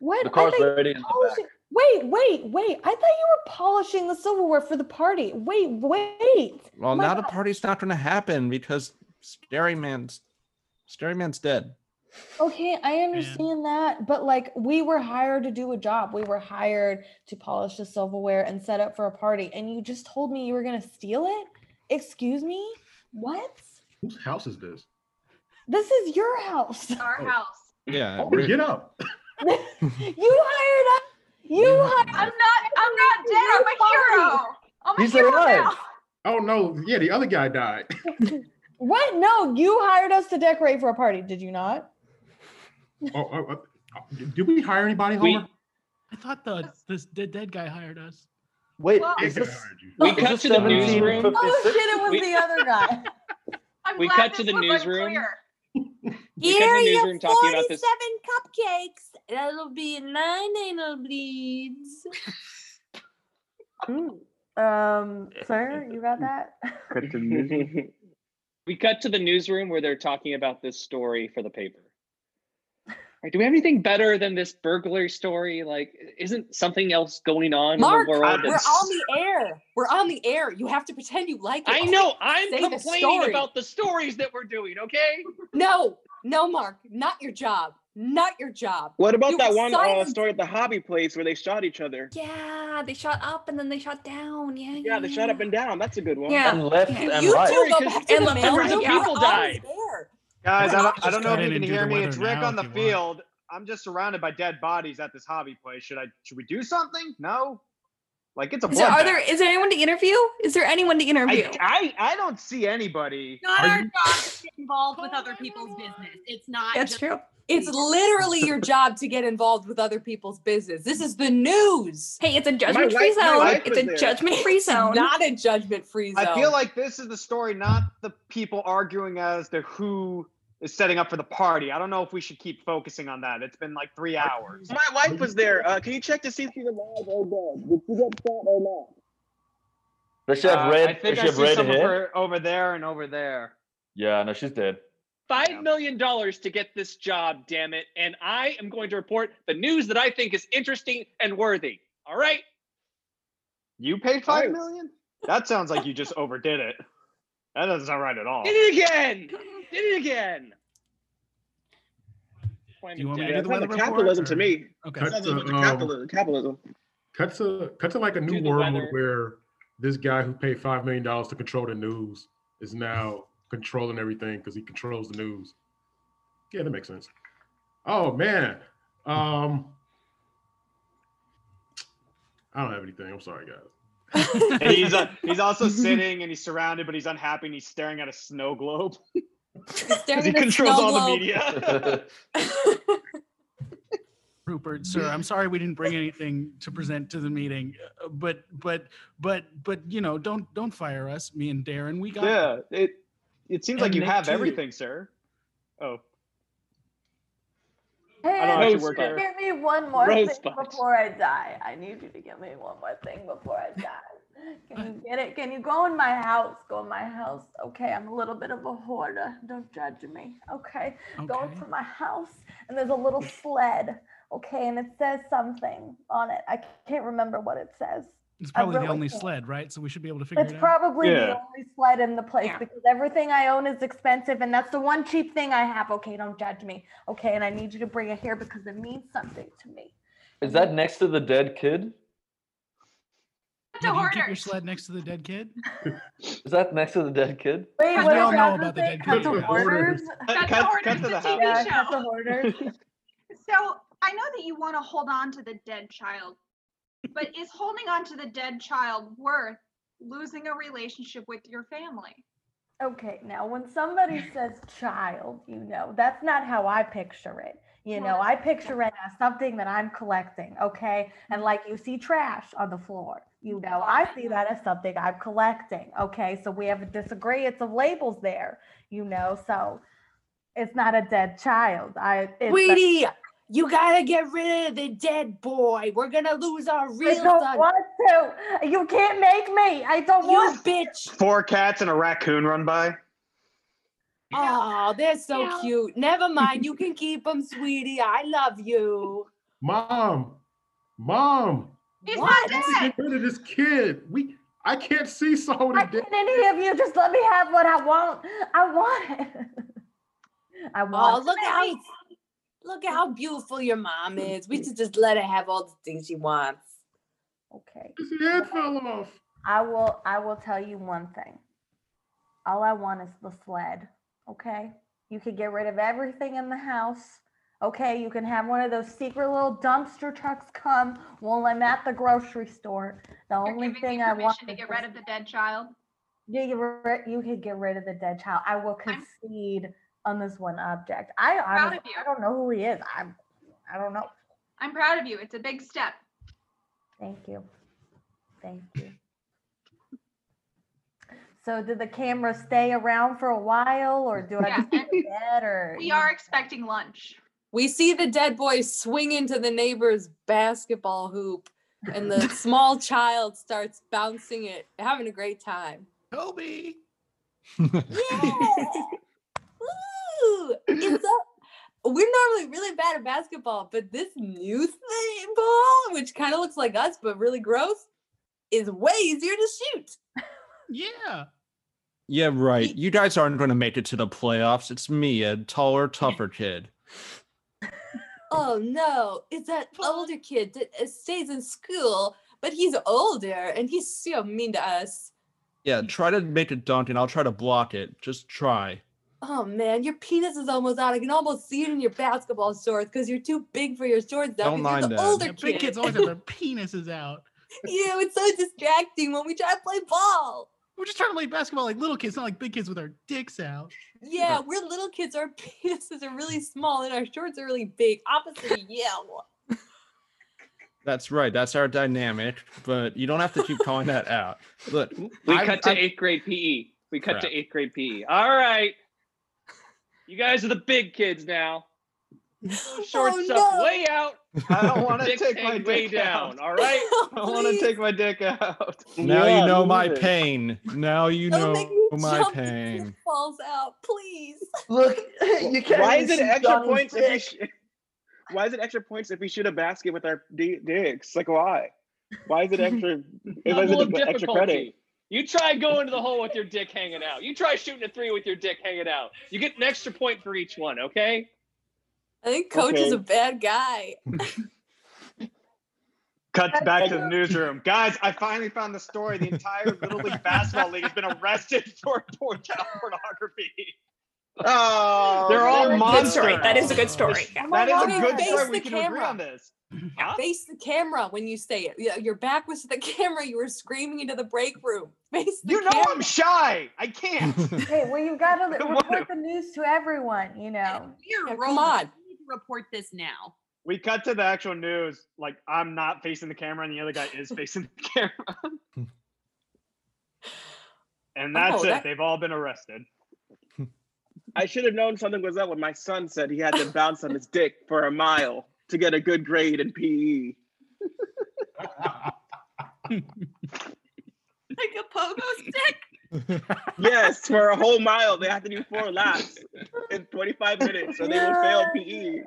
What? The I car's thought you were ready in the back. polishing- Wait, wait, wait. I thought you were polishing the silverware for the party. Wait, wait. Well, Oh My now the God. party's not going to happen because Scary Man's Scary Man's dead. Okay, I understand that, but like we were hired to do a job. We were hired to polish the silverware and set up for a party, and you just told me you were gonna steal it? Excuse me? What? Whose house is this? This is your house. Oh. Our house. Yeah. Oh, get up. You hired us. You hired I'm not I'm not dead. I'm a hero. Oh, I'm a He's hero alive. now. Oh no! Yeah, the other guy died. What? No, you hired us to decorate for a party, did you not? Oh, oh, oh, did we hire anybody, We- Homer? I thought the this dead, dead guy hired us. Wait, Well- is Dick this? Oh, We is cut this to the newsroom. 1756? Oh, shit, It was We- the other guy. I'm We glad cut to this the one wasn't newsroom. clear. We cut to the newsroom talking about this. cupcakes. That'll be nine anal bleeds. Um, Claire, you got that? we cut to the newsroom where they're talking about this story for the paper. All right, do we have anything better than this burglary story? Like, isn't something else going on Mark, in the world? we're on the air. We're on the air. You have to pretend you like it. I know. I'm Say the complaining story. about the stories that we're doing. Okay. No, no, Mark, not your job. Not your job. What about You that one uh, silence- story at the hobby place where they shot each other? Yeah, Ah, they shot up and then they shot down. Yeah, yeah. Yeah, they shot up and down. That's a good one. Yeah. And left You- and you right. two go back to And the the mail mail room. room. People Yeah. died. Guys, I Well, don't, I don't know cut if in you can and do hear the me. weather It's Rick now on if the you want. field. I'm just surrounded by dead bodies at this hobby place. Should I should we do something? No. Like it's a Is there, are bloodbath. there is there anyone to interview? Is there anyone to interview? I, I I don't see anybody. Not our job to get involved with other people's business. It's not. That's just- true. It's literally your job to get involved with other people's business. This is the news. Hey, it's a judgment-free wife- my zone. wife It's was a there. judgment-free zone. Not a judgment free zone. I feel like this is the story, not the people arguing as to who is setting up for the party. I don't know if we should keep focusing on that. It's been like three hours. My wife was there. Uh, can you check to see if she's alive or dead? Did she get shot or not? Does she have Uh, red? I does think she I have see red someone hair? for- over there and over there. Yeah, no, she's dead. Five million dollars to get this job, damn it! And I am going to report the news that I think is interesting and worthy. All right. You paid five million? That sounds like you just overdid it. That doesn't sound right at all. Did it again! Did it again! Do you want me to do the Sounds weather like report, capitalism or- to me. Okay. Sounds like Um, capitalism. Capitalism. Cut to cut to like a new the world weather. where this guy who paid five million dollars to control the news is now controlling everything because he controls the news. Yeah, that makes sense. Oh man, um, I don't have anything. I'm sorry, guys. And he's uh, he's also sitting and he's surrounded, but he's unhappy and he's staring at a snow globe. Staring he at a controls snow all the globe. media. Rupert, sir, I'm sorry we didn't bring anything to present to the meeting, uh, but but but but you know, don't don't fire us, me and Darren. We got yeah, it it seems like And you Nick, have too. everything, sir. Oh, Hey, I don't actually work Rosebud. there. Get me one more thing Rosebud. before I die. I need you to get me one more thing before I die. Can you get it? Can you go in my house? Go in my house. Okay, I'm a little bit of a hoarder. Don't judge me. Okay, go into my house, and there's a little sled. Okay, and it says something on it. I can't remember what it says. It's I probably the really only can't. sled, right? So we should be able to figure It's it out. probably the only sled in the place because everything I own is expensive, and that's the one cheap thing I have. Okay, don't judge me. Okay, and I need you to bring it here because it means something to me. Is that next to the dead kid? Did you keep your sled next to the dead kid? Is that next to the dead kid? Wait, We what all did know Robin about the say? dead Cut kid. the Hoarders. hoarders. Cut the hoarders, the TV Yeah, show. cut the hoarders. So I know that you want to hold on to the dead child, but is holding on to the dead child worth losing a relationship with your family? Okay, now when somebody says child, you know, that's not how I picture it. You know, I picture it as something that I'm collecting, okay? And like you see trash on the floor, you know, I see that as something I'm collecting, okay? So we have a disagreement of labels there, you know, so it's not a dead child. I it's Weedy, a- you gotta get rid of the dead boy. We're gonna lose our I real don't son. want to. You can't make me. I don't want you bitch. Four cats and a raccoon run by. Oh, they're so No. cute. Never mind. You can keep them, sweetie. I love you. Mom, mom. He's not dead. Get rid of this kid. We. I can't see someone. Why can't any of you just let me have what I want? I want it. I Oh, want look how look at how beautiful your mom is. We should just let her have all the things she wants. Okay. His head fell off. I will I will tell you one thing. All I want is the sled. Okay? You can get rid of everything in the house. Okay, you can have one of those secret little dumpster trucks come while I'm at the grocery store. The only thing I want Permission to is get the rid of the dead child? Yeah, you were, you could get rid of the dead child. I will concede on this one object. I Proud honestly, of I don't know who he is. I'm I don't know. I'm proud of you. It's a big step. Thank you. Thank you. So did the camera stay around for a while or do I just go to bed or We are expecting lunch. We see the dead boy swing into the neighbor's basketball hoop, and the small child starts bouncing it, having a great time. Toby. Ooh, it's a, we're normally really bad at basketball, but this new thing ball, which kind of looks like us but really gross, is way easier to shoot. Yeah. Yeah, right. You guys aren't going to make it to the playoffs. It's me, a taller, tougher kid. Oh no, it's that older kid that uh, stays in school, but he's older and he's so mean to us. Yeah, try to make a dunk and I'll try to block it. Just try. Oh man, your penis is almost out. I can almost see it in your basketball shorts because you're too big for your shorts now. Don't 'cause you're mind the that. older Yeah, kid. Big kids always have their penises out. yeah, it's so distracting when we try to play ball. We're just trying to play basketball like little kids, not like big kids with our dicks out. Yeah, we're little kids. Our penises are really small and our shorts are really big. Opposite of you. That's right. That's our dynamic. But you don't have to keep calling that out. Look, We I've- cut to I've- eighth grade PE. We cut Crap. to eighth grade PE. All right. You guys are the big kids now. Shorts up way out. I don't want to Dicks take my hang way dick down. out. All right. I want to take my dick out. now Yeah, you know me my neither. pain. Now you know my jump pain. Falls out, please. Look, you Why is it extra points if we sh- Why is it extra points if we shoot a basket with our d- dicks? Like why? Why is it extra? why is Level of it extra credit? difficulty. You try going to the hole with your dick hanging out. You try shooting a three with your dick hanging out. You get an extra point for each one, okay? I think Coach is Okay. a bad guy. Cuts back to the newsroom. Guys, I finally found the story. The entire Little League basketball league has been arrested for for child pornography. Oh, They're all monsters. That is a good God. Face story. We the can agree camera. on this. Face the camera when you say it. Yeah, Your back was to the camera. You were screaming into the break room. Face the You know I'm shy. I can't. Hey, well, you've got to Come report on. the news to everyone, you know. You're come rolling. on. We need to report this now. We cut to the actual news. Like I'm not facing the camera, and the other guy is facing the camera. and that's Oh, it. that- They've all been arrested. I should have known something was up when my son said he had to bounce on his dick for a mile to get a good E. grade in PE. like a pogo stick. yes, for a whole mile. They have to do four laps in 25 minutes, so they will fail E. PE.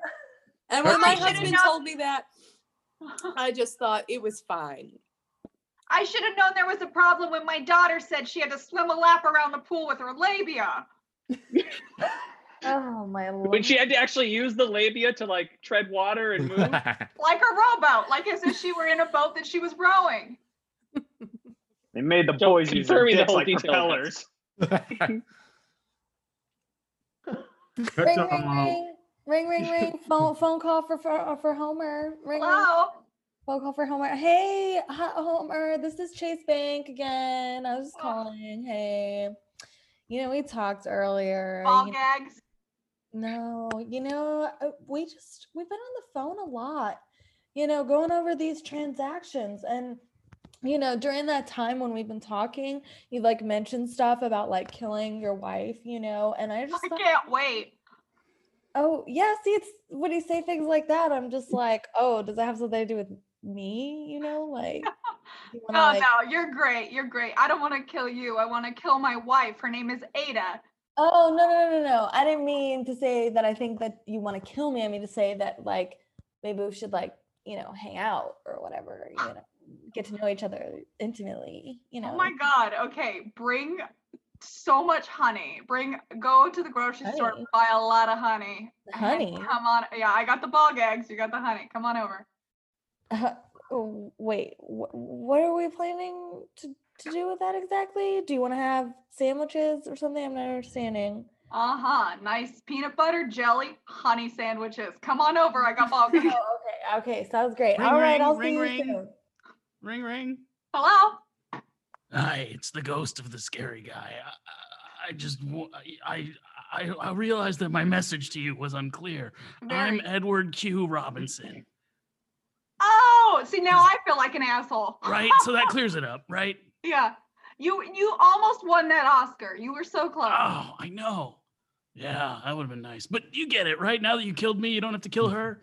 And when my I should've husband known- told me that, I just thought it was fine. I should have known there was a problem when my daughter said she had to swim a lap around the pool with her labia. oh my lord! When she had to actually use the labia to like tread water and move. Like a rowboat, like as if she were in a boat that she was rowing. They made the boys use their confirm me the dicks whole like detail, propellers. Ring ring ring ring ring ring phone phone call for for, uh, for Homer. Ring, Hello. Phone call for Homer. Hey hi, Homer, this is Chase Bank again. I was just calling. Hey, you know we talked earlier. Ball you- gags. No, you know uh, we just we've been on the phone a lot. You know, going over these transactions and you know, during that time when we've been talking, you like mentioned stuff about like killing your wife, you know, and I just I thought- can't wait. Oh yeah, see, it's when you say things like that, I'm just like, oh, does that have something to do with me? You know, like, you wanna, Oh, No, like- no, you're great. You're great. I don't want to kill you. I want to kill my wife. Her name is Ada. oh no, no, no, no, no. I didn't mean to say that. I think that you want to kill me. I mean to say that, like, maybe we should like, you know, hang out or whatever. You know, get to know each other intimately. You know. Oh my god. Okay, bring so much honey. Bring go to the grocery store, Honey? buy a lot of honey. The and honey? Come on. Yeah, I got the ball gags. You got the honey. Come on over. Oh, Wait, wh- what are we planning to to do with that exactly? Do you want to have sandwiches or something? I'm not understanding. Uh-huh. Nice peanut butter jelly honey sandwiches. Come on over. I got ball gags. Oh, okay. Eh, Okay, sounds great. Ring, All right, ring, I'll ring, see you ring. soon. Ring ring. Hello. Hi, it's the ghost of the scary guy. I- I, I just wa- I, I I realized that my message to you was unclear. I'm Very. Edward Q. Robinson, Oh, see now I feel like an asshole. right? so that clears it up, right? Yeah. You you almost won that Oscar. You were so close. Oh, I know. Yeah, that would have been nice. But you get it, right? Now that you killed me, you don't have to kill her.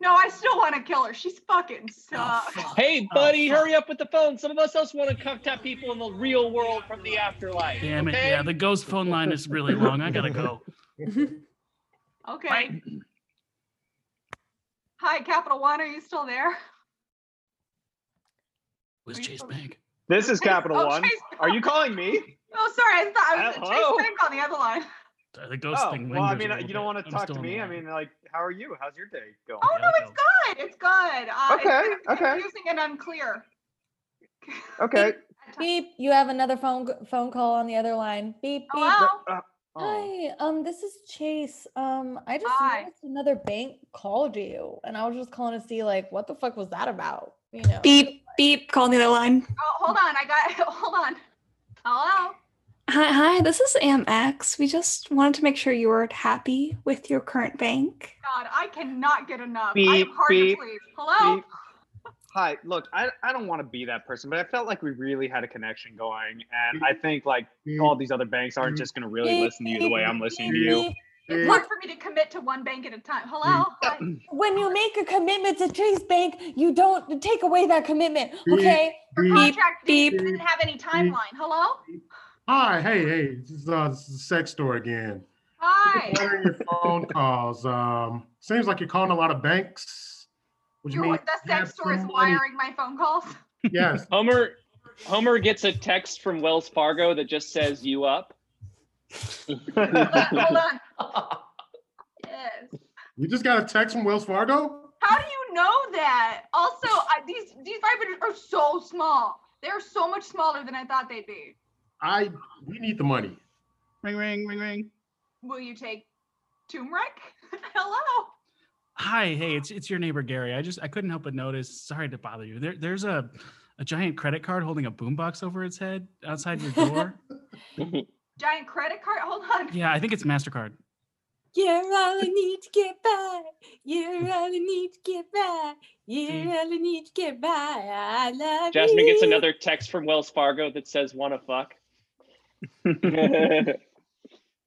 No, I still want to kill her. She's fucking sucks. Hey, buddy, hurry up with the phone. Some of us else want to contact people in the real world from the afterlife. Damn it. okay? Yeah, the ghost phone line is really long. I gotta go. Oh, okay. Hi, Capital One. Are you still there? Was Chase Bank? This is Capital Oh, One. Chase- Are you calling me? Oh, sorry. I thought I was Hello? Chase Bank on the other line. The ghost oh, thing well, I lingers mean, a little you don't bit. want to I'm talk to still me. I online. mean, like, how are you? How's your day going? Oh no, it's good. It's good. Uh, Okay, It's okay. Confusing and unclear. Okay. Beep, you have another phone g- phone call on the other line. Beep, beep. Hello? uh, Hi, um, this is Chase. Um, I just Hi. noticed another bank called you, and I was just calling to see like what the fuck was that about? You know. Beep, beep, call on the other line. Oh, hold on. I got. Hold on. Hello. Hi, hi, this is AmX. We just wanted to make sure you were happy with your current bank. God, I cannot get enough. I Beep, am hard beep, to please. Hello. beep. Hi, look, I, I don't want to be that person, but I felt like we really had a connection going. And I think, like, all these other banks aren't just going to really listen to you the way I'm listening to Mm-hmm. you. It's hard for me to commit to one bank at a time. Hello. When you make a commitment to Chase Bank, you don't take away that commitment, okay? Your Beep, contract beep, didn't have any timeline. Hello. Hi, hey, hey, this is, uh, this is the sex store again. Hi. Phone calls. Um, seems like you're calling a lot of banks, which Your, means the sex store is wiring my phone calls. Yes. Homer Homer gets a text from Wells Fargo that just says you up. Hold on. Yes. you just got a text from Wells Fargo. How do you know that? Also, I, these these vibrators are so small. They're so much smaller than I thought they'd be. I we need the money. Ring ring ring ring. Will you take turmeric? Hello. Hi, hey, it's it's your neighbor Gary. I just I couldn't help but notice. Sorry to bother you. There there's a a giant credit card holding a boombox over its head outside your door. Giant credit card. Hold on. yeah, I think it's Mastercard. You're all I need to get by. You're all I need to get by. You're all I need to get by. I Mm. love Jasmine you. gets another text from Wells Fargo that says wanna fuck.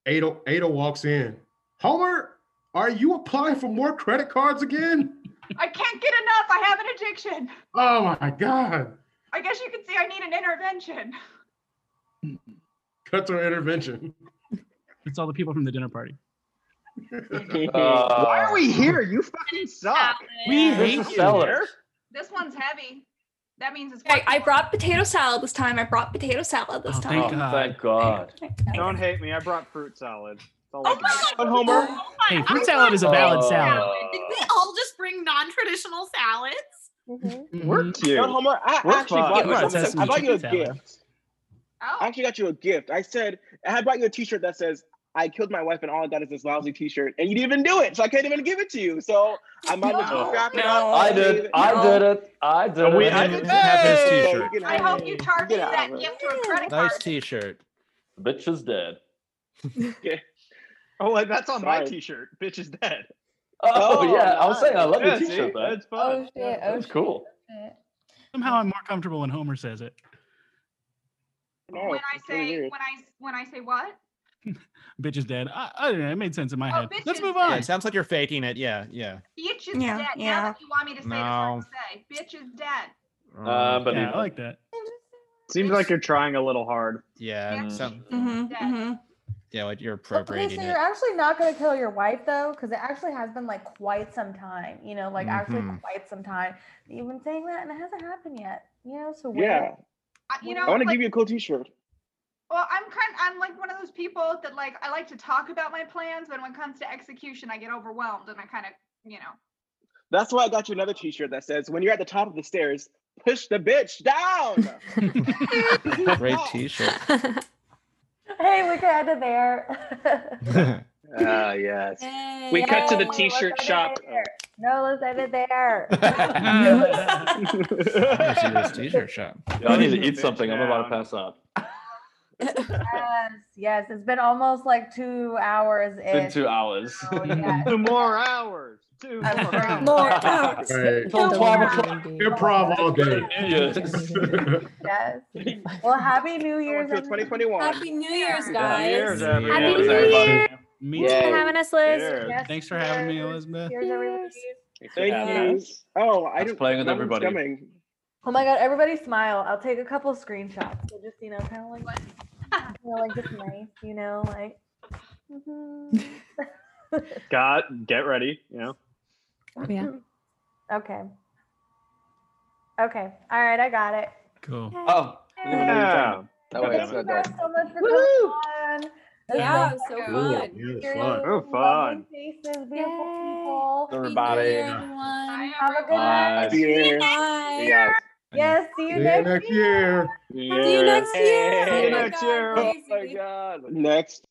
Ada Ada walks in. Homer, are you applying for more credit cards again? I can't get enough. I have an addiction. Oh my god. I guess you could see I need an intervention. Cut to our intervention. It's all the people from the dinner party. Why are we here? You fucking suck. We hate you. This one's heavy. That means it's. Okay, I brought potato salad this time. I brought potato salad Oh, this time. Oh, Thank God. Don't hate me. I brought fruit salad. Oh But Homer, Hey, fruit salad is a valid Oh. salad. Did we all just bring non-traditional salads? We're cute. Mm-hmm. Now, Homer, I We're actually fun. We're bought you, fun. I bought you a Sesame chicken gift. I actually got you a gift. I said I bought you a T-shirt that says "I killed my wife and all I got is this lousy T-shirt," and you didn't even do it, so I couldn't even give it to you. So I might as well No. scrap it No. up. I did. I did it. I did it. And we didn't have his t-shirt. I hope you charge me Get out that of it. gift to a credit card. Nice t-shirt. The bitch is dead. Oh, and that's on my Sorry. T-shirt. Bitch is dead. Oh, yeah, I was saying I love yeah, your see? t-shirt, man. That's fun. That's cool. Somehow I'm more comfortable when Homer says it. Oh, when I say when I when I say what? Bitch is dead. I, I don't know. It made sense in my head. bitch Let's is move dead. on. Yeah, it sounds like you're faking it. Yeah, yeah. Bitch is Yeah, dead. Now yeah. that you want me to say No. it, say, bitch is dead. Uh, but yeah, I like that. Seems like you're trying a little hard. Yeah, some, Mm-hmm, yeah, like you're Okay, appropriating so it. you're actually not going to kill your wife though, because it actually has been like quite some time. You know, like Mm-hmm. actually Mhm. quite some time. that You've been saying that, and it hasn't happened yet. You know, so wait. Yeah, I, you know, I want to like, give you a cool T-shirt. well, I'm kind. I'm like one of those people that like I like to talk about my plans, but when it comes to execution, I get overwhelmed and I kind of, you know. That's why I got you another T-shirt that says, "When you're at the top of the stairs, push the bitch down." Great t-shirt. Hey, we could add it there. Ah, yes. We cut to the Hey, t-shirt let's shop. edit there. No, let's edit there. I see this t-shirt shop. Yeah, I need to eat something. I'm about to pass out. yes, yes. It's been almost like two hours. It's been two hours. Two more hours. Two I'm more sorry. hours. More hours. Right. Till 12 o'clock. Improv all day. Yes. Well, happy New Year's. everyone. 2021. Happy New Year's, Yeah. guys. Cheers, everyone. Happy New everybody. Year. Me Thanks for too. having us, Liz. Cheers. Thanks for having me, Elizabeth. Cheers, everybody. Thank you. Oh, I That's didn't. playing with no one's everybody. Coming. Oh my God, everybody smile. I'll take a couple screenshots. So just, you know, kind of like, you know, like just nice, you know, like. mhm. God, get ready. You know. Yeah. Hmm. Okay. Okay. All right. I got it. Cool. Oh. I didn't even know you were Yeah. talking. That way Thank it's you not guys done. so much for coming on. This Yeah, was so so Cool. good. It was Your fun. Oh, lovely fun. Faces, beautiful people. Everybody. Have a good Bye. night. See you. Good night. See you guys. Yes. See you next year. See you next Oh year. See you next year. Next.